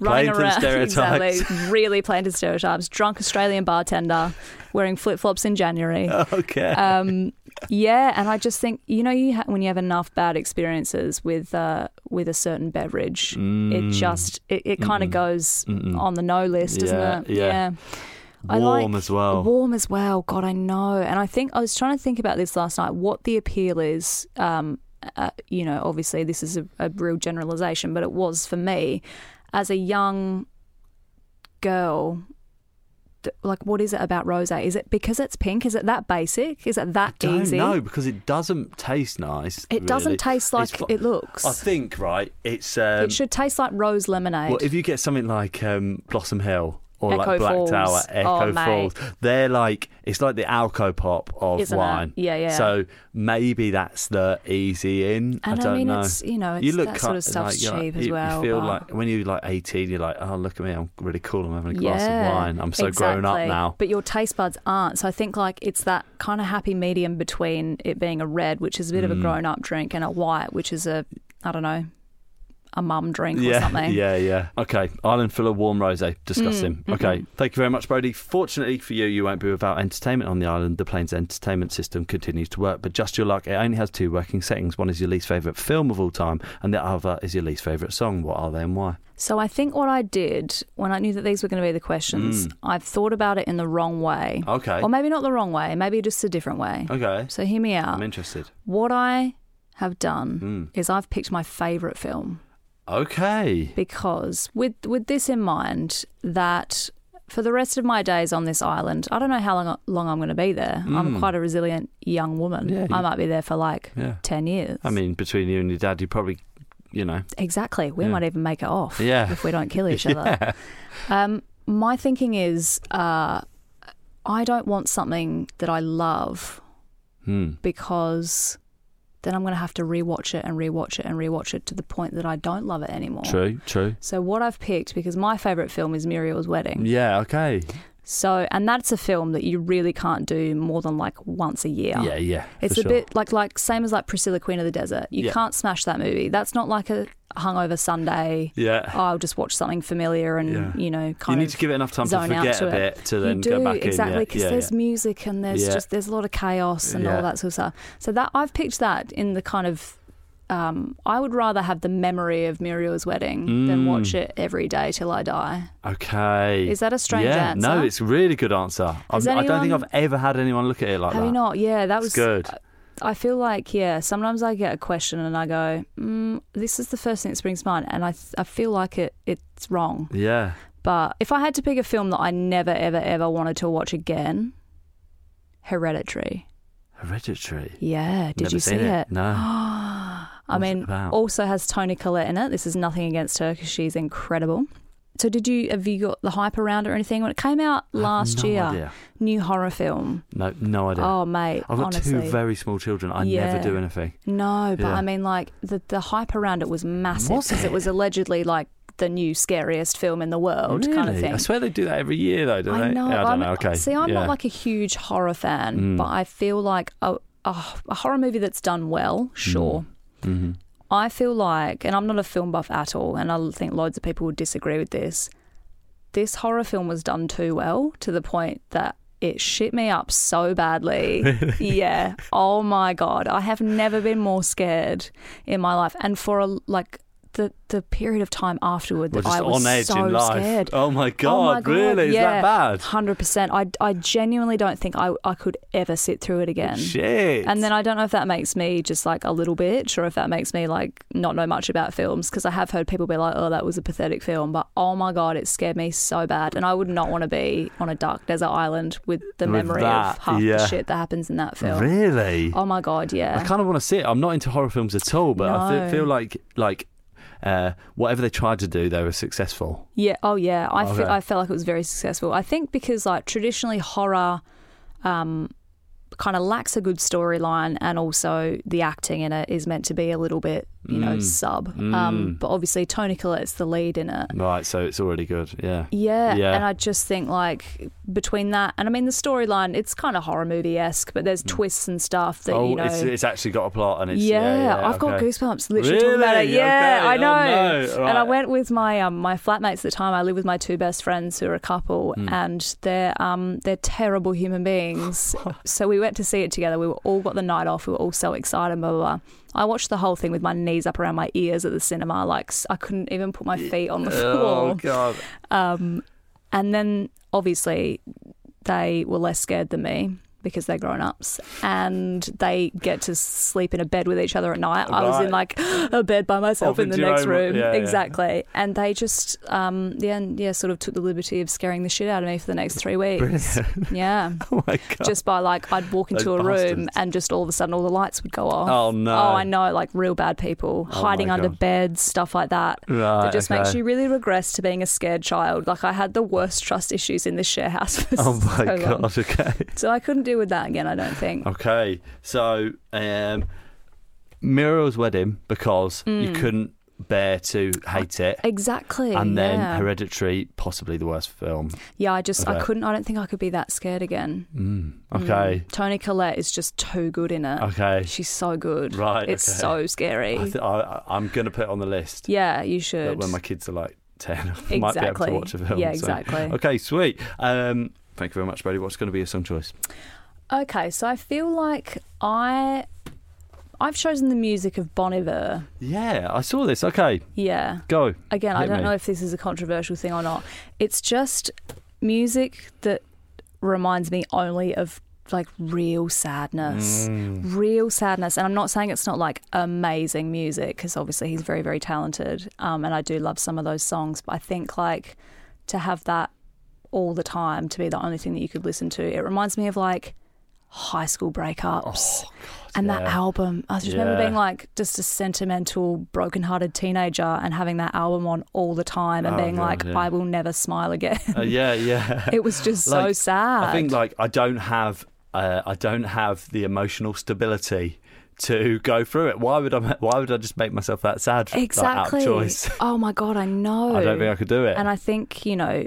B: Playing
C: Running
B: to the
C: around,
B: stereotypes.
C: exactly, really playing to stereotypes. Drunk Australian bartender, wearing flip flops in January.
B: Okay.
C: Um, yeah, and I just think you know, you ha- when you have enough bad experiences with uh, with a certain beverage,
B: Mm.
C: it just it, it kind of goes on the no list, doesn't
B: Yeah,
C: it?
B: yeah.
C: I
B: Warm
C: like-
B: as well.
C: Warm as well. God, I know. And I think I was trying to think about this last night. What the appeal is. Um, uh, you know, obviously this is a, a real generalization, but it was for me as a young girl. th- Like, what is it about rosé? Is it because it's pink? Is it that basic? Is it that
B: don't
C: easy?
B: know because it doesn't taste nice.
C: It doesn't
B: really.
C: taste like
B: It's fu-
C: it looks.
B: I think right. It's um,
C: it should taste like rose lemonade.
B: well, if you get something like um, Blossom Hill or
C: Echo
B: like Black
C: Falls.
B: Tower, Echo
C: Oh, mate.
B: Falls, they're like it's like the Alco Pop of
C: Isn't it?
B: wine.
C: Yeah, yeah.
B: So maybe that's the easy in. I
C: And I
B: don't
C: mean,
B: know.
C: it's- you know,
B: you
C: it's-
B: look
C: that sort of
B: cut-
C: stuff's
B: you're
C: cheap as
B: you-
C: well,
B: You feel
C: but-
B: like when you're like 18, you're like, oh look at me, I'm really cool. I'm having a glass of wine. I'm so grown up
C: exactly.
B: now.
C: But your taste buds aren't. So I think like it's that kind of happy medium between it being a red, which is a bit of a
B: Mm.
C: grown up drink, and a white, which is a I don't know, a mum drink or
B: Yeah,
C: something. Mm, mm-hmm.
B: yeah, yeah. Okay, island full of warm rosé. Disgusting. Okay, thank you very much, Brody. Fortunately for you, you won't be without entertainment on the island. The plane's entertainment system continues to work, but just your luck, it only has two working settings. One is your least favourite film of all time, and the other is your least favourite song. What are they and why?
C: So I think what I did when I knew that these were going to be the questions, I've thought about it in the wrong way.
B: Mm. Okay.
C: Or maybe not the wrong way, maybe just a different way.
B: Okay,
C: So hear me out.
B: I'm interested. Hmm.
C: what I have
B: Mm.
C: done is I've picked my favourite film.
B: Okay.
C: because with with this in mind that for the rest of my days on this island, I don't know how long, long I'm going to be there. I'm quite a resilient young woman.
B: Hmm. Yeah, you-
C: I might be there for like
B: Yeah.
C: 10 years.
B: I mean, between you and your dad, you probably, you know,
C: exactly. We might even make it off
B: Yeah.
C: if we don't kill each other. Um, my thinking is uh, I don't want something that I love
B: hmm.
C: because then I'm going to have to rewatch it and rewatch it and rewatch it to the point that I don't love it anymore.
B: True, true.
C: So, what I've picked, because my favourite film is Muriel's Wedding.
B: Yeah, okay.
C: So, and that's a film that you really can't do more than like once a year.
B: Yeah, yeah.
C: It's
B: for
C: a
B: sure.
C: bit like like same as like Priscilla Queen of the Desert. You
B: Yeah.
C: can't smash that movie. That's not like a hungover Sunday.
B: Yeah.
C: "Oh, I'll just watch something familiar and
B: Yeah.
C: you know
B: you
C: kind
B: need
C: of
B: to give it enough time to
C: zone out
B: forget
C: to
B: a
C: it.
B: bit to
C: You
B: then
C: do,
B: go back in.
C: exactly
B: yeah,
C: because
B: yeah,
C: there's
B: yeah.
C: music and there's
B: Yeah.
C: just there's a lot of chaos and
B: Yeah.
C: all that sort of stuff. So that I've picked that in the kind of um, I would rather have the memory of Muriel's wedding than watch it every day till I die.
B: Okay.
C: Is that a strange
B: Mm. yeah, No,
C: answer?
B: it's a really good answer. I've,
C: Has
B: I don't think
C: anyone-
B: I've ever had anyone look at it like
C: Have
B: that.
C: you not? Yeah, that was uh,
B: It's good.
C: I feel like, yeah, sometimes I get a question and I go, mm, this is the first thing that springs to mind. And I, th- I feel like it, it's wrong.
B: Yeah.
C: But if I had to pick a film that I never, ever, ever wanted to watch again, Hereditary.
B: Hereditary.
C: Yeah. Did
B: Never
C: you
B: seen
C: see
B: it.
C: it?
B: No. What's
C: I
B: it
C: mean,
B: about?
C: also has Tony Collette in it. This is nothing against her because she's incredible. So, did you have you got the hype around it or anything when it came out last
B: no
C: year?
B: idea.
C: New horror film.
B: no, no idea.
C: Oh, mate.
B: I've got
C: honestly.
B: two very small children. I never
C: Yeah.
B: do anything.
C: No, but
B: Yeah.
C: I mean, like the the hype around it was massive
B: Was
C: because it?
B: it?
C: was allegedly like the new scariest film in the world,
B: really?
C: kind of thing.
B: I swear they do that every year, though, don't
C: I
B: they?
C: know.
B: Yeah, I don't
C: I'm-
B: know. Okay.
C: See, I'm
B: Yeah. Mm.
C: not like a huge horror fan, but I feel like a, a, a horror movie that's done well,
B: Mm.
C: sure.
B: Mm-hmm.
C: I feel like, and I'm not a film buff at all, and I think loads of people would disagree with this. This horror film was done too well to the point that it shit me up so badly. Yeah. Oh my god, I have never been more scared in my life, and for a like the the period of time afterward
B: We're
C: that
B: just
C: I was
B: on edge
C: so
B: in life.
C: scared.
B: Oh my god, really? Is that bad?
C: Hundred percent. I I genuinely don't think I I could ever sit through it again.
B: Shit.
C: And then I don't know if that makes me just like a little bitch or if that makes me like not know much about films because I have heard people be like, oh, that was a pathetic film. But oh my God, it scared me so bad. And I would not want to be on a dark desert island with the
B: With
C: memory
B: that,
C: of half
B: yeah.
C: the shit that happens in that film.
B: really?
C: Oh my God,
B: I
C: yeah.
B: kind of want to see it. I'm not into horror films at all, but I fe-
C: No.
B: feel like like uh, whatever they tried to do, they were successful.
C: Yeah. Oh, yeah. I, fe-
B: Okay.
C: I felt like it was very successful. I think because like traditionally horror um, kind of lacks a good storyline, and also the acting in it is meant to be a little bit, you know,
B: Mm.
C: sub. Um,
B: Mm.
C: but obviously Tony Collette's the lead in it.
B: Right, so it's already good. Yeah.
C: Yeah,
B: Yeah.
C: and I just think like between that and I mean the storyline, it's kind of horror movie esque, but there's twists and stuff that
B: Mm. oh,
C: you know.
B: it's, it's actually got a plot and it's
C: yeah,
B: yeah.
C: I've got
B: okay.
C: goosebumps literally talking about it.
B: Really?
C: Yeah,
B: Okay.
C: I
B: Oh,
C: know.
B: no.
C: And I
B: Right.
C: went with my um, my flatmates at the time. I live with my two best friends who are a couple,
B: Hmm.
C: and they're um, they're terrible human beings. so we went to see it together. We were all got the night off. We were all so excited. Blah blah. blah. I watched the whole thing with my knees up around my ears at the cinema. Like s- I couldn't even put my feet on the floor.
B: Oh god.
C: Um, and then obviously they were less scared than me because they're grown ups and they get to sleep in a bed with each other at night. I was in like a bed by myself
B: Off
C: in the
B: into your
C: next
B: own room.
C: room.
B: Yeah, yeah.
C: exactly. And they just, um, yeah, and yeah, sort of took the liberty of scaring the shit out of me for the next three weeks. Yeah.
B: Oh my god.
C: Just by like, I'd walk into
B: Those
C: a room
B: bastards.
C: and just all of a sudden all the lights would go off.
B: Oh, no.
C: Oh, I know, like real bad people
B: Oh,
C: hiding
B: my
C: under
B: God.
C: beds, stuff like that.
B: right,
C: It just
B: okay.
C: makes you really regress to being a scared child. Like I had the worst trust issues in this share house for
B: Oh
C: so
B: my
C: long.
B: god. Okay.
C: So I couldn't deal with that again, I don't think.
B: Okay, so um, Muriel's Wedding because
C: Hmm.
B: you couldn't bear to hate it,
C: Exactly.
B: and then
C: yeah.
B: Hereditary, possibly the worst film.
C: yeah, I just I
B: Okay.
C: couldn't I don't think I could be that scared again.
B: Mm.
C: Hmm.
B: Okay,
C: Tony Collette is just too good in it.
B: okay,
C: She's so good.
B: Right,
C: It's
B: okay.
C: so scary.
B: I th- I, I'm gonna put it on the list.
C: yeah, you
B: that
C: should.
B: when my kids are like ten, I
C: exactly.
B: might be able to watch a film.
C: Yeah,
B: so-
C: exactly.
B: Okay, sweet. Um, thank you very much, Brady. What's going to be your song choice?
C: Okay, so I feel like I I've chosen the music of Bon Iver.
B: Yeah, I saw this. Okay,
C: Yeah.
B: go.
C: again, I
B: Hit
C: don't
B: me.
C: know if this is a controversial thing or not. It's just music that reminds me only of like real sadness,
B: Mm.
C: real sadness. And I'm not saying it's not like amazing music because obviously he's very, very talented. Um, and I do love some of those songs, but I think like to have that all the time to be the only thing that you could listen to, it reminds me of like high school
B: Oh.
C: breakups. and that
B: yeah.
C: album, I just remember
B: Yeah.
C: being like just a sentimental, broken-hearted teenager, and having that album on all the time, and
B: Oh,
C: being
B: God,
C: like,
B: yeah.
C: "I will never smile again."
B: Uh, yeah, yeah.
C: it was just so
B: Like,
C: sad.
B: I think like I don't have uh, I don't have the emotional stability to go through it. Why would I? ma- Why would I just make myself that sad? like,
C: exactly.
B: out of choice.
C: Oh my god, I know.
B: I don't think I could do it.
C: and I think you know,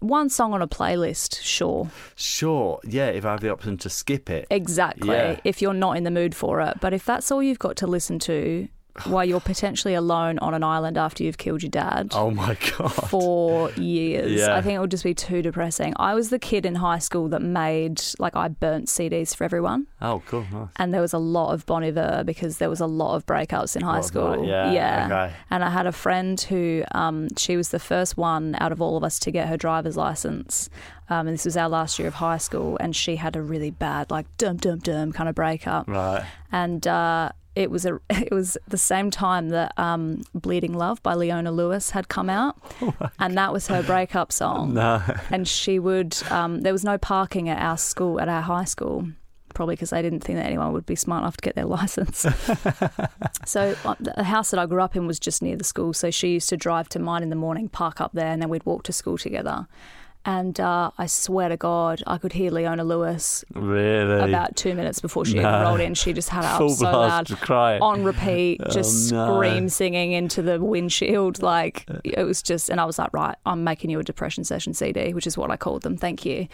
C: one song on a playlist, sure,
B: sure, yeah. If I have the option to skip it,
C: exactly.
B: Yeah.
C: If you're not in the mood for it, but if that's all you've got to listen to while you're potentially alone on an island after you've killed your dad,
B: oh my god.
C: for years.
B: Yeah.
C: I think it would just be too depressing. I was the kid in high school that made like I burnt CDs for everyone,
B: oh, cool. Nice.
C: and there was a lot of Bon Iver because there was a lot of breakups in high
B: Lot of
C: school.
B: that, yeah, okay.
C: And I had a friend who um, she was the first one out of all of us to get her driver's license. Um, and this was our last year of high school, and she had a really bad, like dum dum dum kind of breakup
B: Right.
C: and uh, it was a it was the same time that um, "Bleeding Love" by Leona Lewis had come out, and that was her breakup song.
B: Oh No.
C: And she would um, there was no parking at our school at our high school. Probably because they didn't think that anyone would be smart enough to get their license. so uh, the house that I grew up in was just near the school. So she used to drive to mine in the morning, park up there, and then we'd walk to school together. And uh, I swear to God, I could hear Leona Lewis
B: Really.
C: about two minutes before she even
B: No.
C: rolled in. She just had it up
B: Full
C: so
B: blast
C: loud.
B: crying.
C: On repeat,
B: Oh,
C: just
B: no.
C: scream singing into the windshield. Like, it was just, and I was like, right, I'm making you a depression session CD, which is what I called them. Thank you.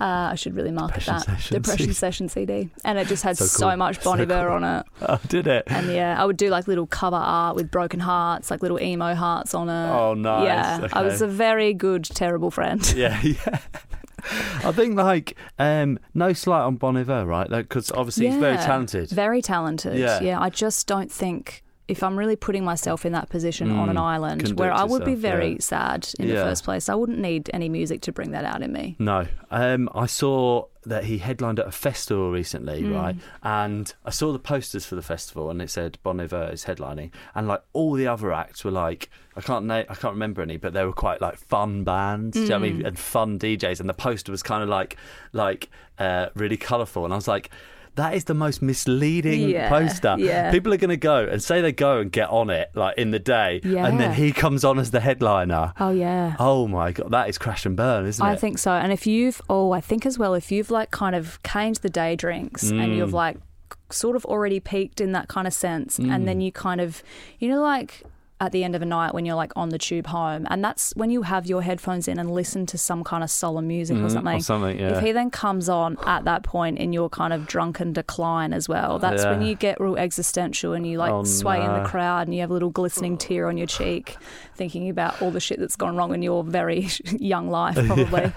C: Uh, I should really market
B: Depression
C: that.
B: session
C: depression
B: CD.
C: session CD. And it just had
B: So
C: so,
B: cool.
C: much Bon
B: So
C: Iver
B: cool.
C: on it.
B: oh, did it?
C: And yeah, I would do like little cover art with broken hearts, like little emo hearts on it.
B: Oh, nice.
C: Uh, Yeah. I was
B: Okay.
C: a very good, terrible friend.
B: Yeah, yeah. I think like um, no slight on Bon Iver, right? Because obviously he's very
C: Yeah.
B: talented.
C: Very talented.
B: Yeah.
C: Yeah. I just don't think if I'm really putting myself in that position on
B: Mm,
C: an island
B: conduct
C: where I would be
B: yourself,
C: very
B: yeah.
C: sad in
B: Yeah.
C: the first place, I wouldn't need any music to bring that out in me.
B: No, um, I saw that he headlined at a festival recently,
C: Hmm.
B: right? And I saw the posters for the festival, and it said Bon Iver is headlining, and like all the other acts were like, I can't, na- I can't remember any, but they were quite like fun bands, do you know what I
C: Hmm.
B: mean, and fun DJs, and the poster was kind of like, like uh, really colourful, and I was like. That is the most misleading
C: Yeah,
B: poster.
C: yeah.
B: People are going to go and say they go and get on it like in the day, and then
C: Yeah.
B: he comes on as the headliner.
C: Oh yeah.
B: Oh my god, that is crash and burn, isn't it?
C: I think so. And if you've, oh, I think as well, if you've like kind of came to the day drinks
B: Mm.
C: and you've like sort of already peaked in that kind of sense, and
B: Mm.
C: then you kind of, you know, like at the end of a night when you're like on the tube home, and that's when you have your headphones in and listen to some kind of solemn music
B: Mm.
C: or something.
B: Mm-hmm. something, yeah.
C: If he then comes on at that point in your kind of drunken decline as well, that's when
B: Yeah.
C: you get real existential and you like
B: Oh,
C: sway in
B: no.
C: the crowd and you have a little glistening tear on your cheek, thinking about all the shit that's gone wrong in your very young life, probably.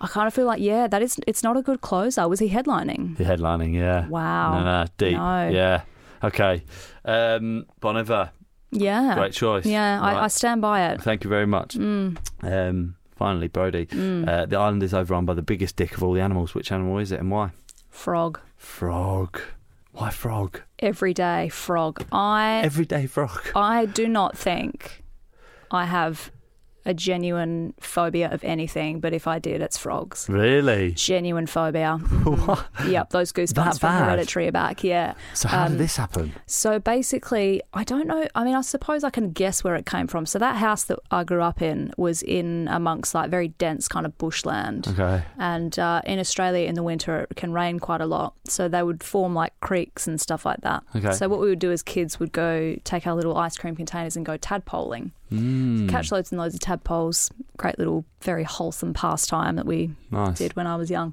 C: I kind of feel like, yeah, that is, it's not a good closer. Was he headlining?
B: The headlining, yeah.
C: Wow.
B: No, no, deep.
C: No.
B: Yeah. Okay. Um, bon Iver,
C: Yeah.
B: great choice.
C: Yeah,
B: Right.
C: I, I stand by it. Mm,
B: Thank you very much. Um, finally, Brody. Uh, the island is overrun by the biggest dick of all the animals. Which animal is it and why?
C: Frog.
B: Frog. Why frog?
C: Every day, frog. I,
B: Everyday frog.
C: I do not think I have a genuine phobia of anything, but if I did, it's frogs.
B: Really?
C: Genuine phobia. Mm, yep, those
B: That
C: goosebumps from
B: bad?
C: Hereditary are back. Yeah.
B: So how
C: Um,
B: did this happen?
C: So basically, I don't know. I mean, I suppose I can guess where it came from. So that house that I grew up in was in amongst like very dense kind of bushland.
B: Okay.
C: And uh, in Australia, in the winter, it can rain quite a lot. So they would form like creeks and stuff like that.
B: Okay.
C: So what we would do as kids would go take our little ice cream containers and go tadpoling,
B: Mm,
C: catch loads and loads of tadpoles. Great little, very wholesome pastime that we
B: nice.
C: did when I was young.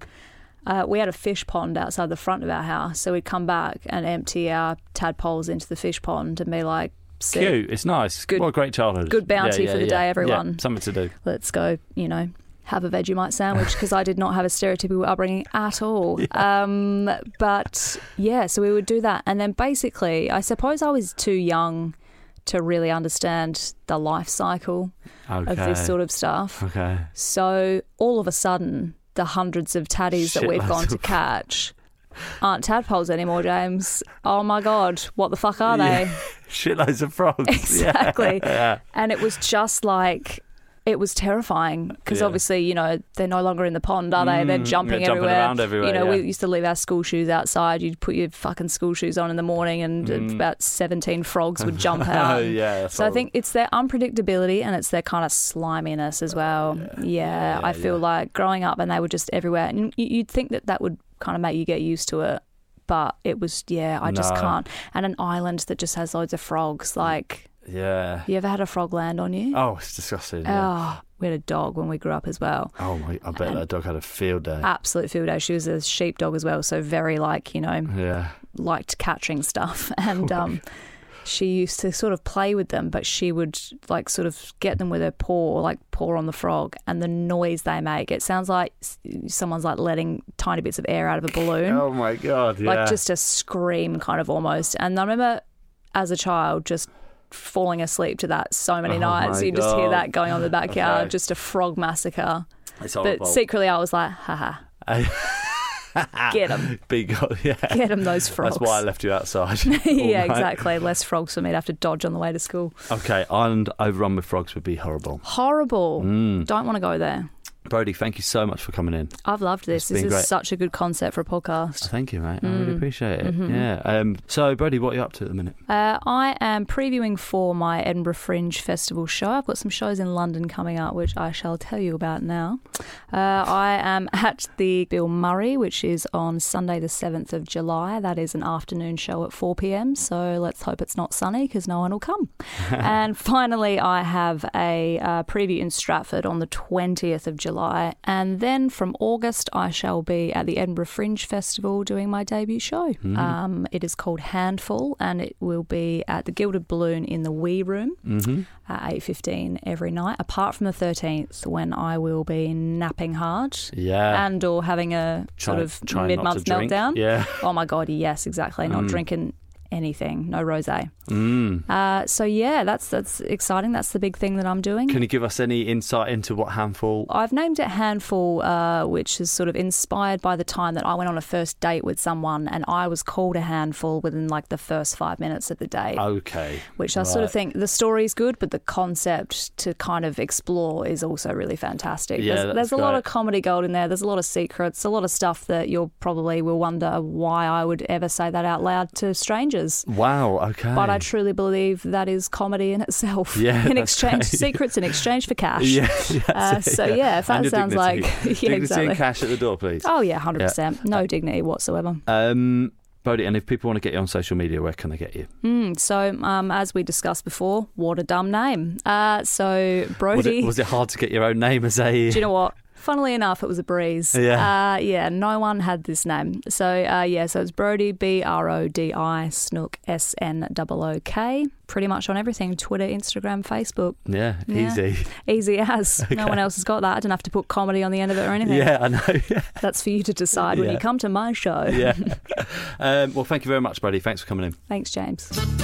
C: Uh, we had a fish pond outside the front of our house, so we'd come back and empty our tadpoles into the fish pond and be like, "Sick,
B: Cute. It's nice.
C: Good-
B: what a great childhood.
C: good bounty for the day, everyone.
B: something to do.
C: let's go," you know. Have a Vegemite sandwich because I did not have a stereotypical upbringing at all. Um, but yeah, so we would do that. And then basically, I suppose I was too young to really understand the life cycle
B: Okay.
C: of this sort of stuff.
B: Okay.
C: So all of a sudden, the hundreds of tatties that we've
B: Shitloads
C: gone to
B: of-
C: catch aren't tadpoles anymore, James. Oh my God, what the fuck are they?
B: Shitloads of frogs.
C: Exactly.
B: Yeah.
C: And it was just like. It was terrifying because
B: Yeah.
C: obviously, you know, they're no longer in the pond, are they? They're
B: Mm,
C: jumping,
B: they're jumping
C: everywhere.
B: around everywhere,
C: You know,
B: yeah.
C: we used to leave our school shoes outside. You'd put your fucking school shoes on in the morning, and
B: Mm.
C: about 17 frogs would jump out.
B: Oh, yeah.
C: So I think it's their unpredictability and it's their kind of sliminess as well. Yeah,
B: Oh, Yeah,
C: I feel
B: yeah.
C: like growing up and they were just everywhere, and you- you'd think that that would kind of make you get used to it, but it was yeah, I just
B: No.
C: can't. And an island that just has loads of frogs, like
B: Yeah.
C: you ever had a frog land on you?
B: Oh, it's disgusting. Yeah.
C: Oh, we had a dog when we grew up as well.
B: Oh my! I bet that dog had a field day.
C: Absolute field day. She was a sheepdog as well, so very like you know
B: yeah.
C: liked catching stuff and
B: Oh,
C: um, she used to sort of play with them but she would like sort of get them with her paw like paw on the frog and the noise they make it sounds like s- someone's like letting tiny bits of air out of a balloon
B: Oh my god! Yeah.
C: like just a scream kind of almost and i remember as a child just falling asleep to that so many
B: Oh
C: nights
B: my
C: you just hear
B: God.
C: that going on in the backyard
B: Okay. Oh,
C: just a frog massacre
B: it's
C: but
B: horrible.
C: secretly i was like haha get them
B: Big god. Yeah.
C: get them those frogs
B: That's why I left you outside. all
C: yeah,
B: night.
C: exactly. Less frogs for me to have to dodge on the way to school.
B: Okay, island overrun with frogs would be horrible. Mm.
C: Horrible. Don't want to go there.
B: Brody, thank you so much for coming in.
C: I've loved this. This
B: been
C: is
B: great.
C: such a good concept for a podcast.
B: Thank you, mate. I
C: Mm.
B: really appreciate it.
C: Mm-hmm.
B: Yeah. Um. So, Brody, what are you up to at the minute?
C: Uh, I am previewing for my Edinburgh Fringe Festival show. I've got some shows in London coming up, which I shall tell you about now. Uh, I am at the Bill Murray, which is on Sunday, the 7th of July. That is an afternoon show at 4 pm, so let's hope it's not sunny because no one will come. and finally, I have a uh, preview in Stratford on the 20th of July. And then from August, I shall be at the Edinburgh Fringe Festival doing my debut show.
B: Hmm.
C: Um, it is called Handful, and it will be at the Gilded Balloon in the Wee Room at 8.15 every night, apart from the 13th, when I will be napping hard
B: Yeah.
C: and or having a sort
B: Try-
C: of
B: try not to
C: mid-month
B: drink.
C: meltdown.
B: Yeah. Hmm.
C: Oh my god, yes, exactly. Not drinking anything, no rosé.
B: Mm.
C: Uh, so yeah, that's that's exciting. That's the big thing that I'm doing.
B: Can you give us any insight into what handful?
C: I've named it Handful, uh, which is sort of inspired by the time that I went on a first date with someone and I was called a handful within like the first five minutes of the date,
B: Okay.
C: which I sort
B: Ah, right.
C: of think the story is good, but the concept to kind of explore is also really fantastic.
B: Yeah,
C: there's
B: that's
C: there's a lot
B: great.
C: of comedy gold in there, there's a lot of secrets, a lot of stuff that you'll probably will wonder why I would ever say that out loud to strangers.
B: Wow. Okay.
C: But I truly believe that is comedy in itself.
B: Oh. Yeah,
C: in
B: that's
C: exchange,
B: great.
C: secrets in exchange for cash.
B: Yeah. that's
C: Uh,
B: it,
C: so yeah, if
B: And
C: that
B: your
C: sounds
B: dignity.
C: like- Yeah,
B: dignity and
C: exactly.
B: cash Uh, at the door, please.
C: Oh yeah, hundred percent. No dignity whatsoever.
B: Um, Bodie, and if people want to get you on social media, where can they get you?
C: Mm, so, um, as we discussed before, what a dumb name. Uh, so
B: Was
C: Brody,
B: it, was it hard to get your own name as a?
C: do you know what? Funnily enough, it was a breeze.
B: Yeah.
C: Uh, yeah. No one had this name. So uh, yeah. So it's Brody B R O D I Snook S N O O K. Pretty much on everything: Twitter, Instagram, Facebook.
B: yeah,
C: Yeah.
B: easy.
C: Easy as. No one else has got that. I don't have to put comedy on the end of it or anything.
B: Yeah, I know. Yeah.
C: That's for you to decide when
B: Yeah.
C: you come to my show.
B: yeah. um, well, thank you very much, Brody. Thanks for coming in.
C: Thanks, James.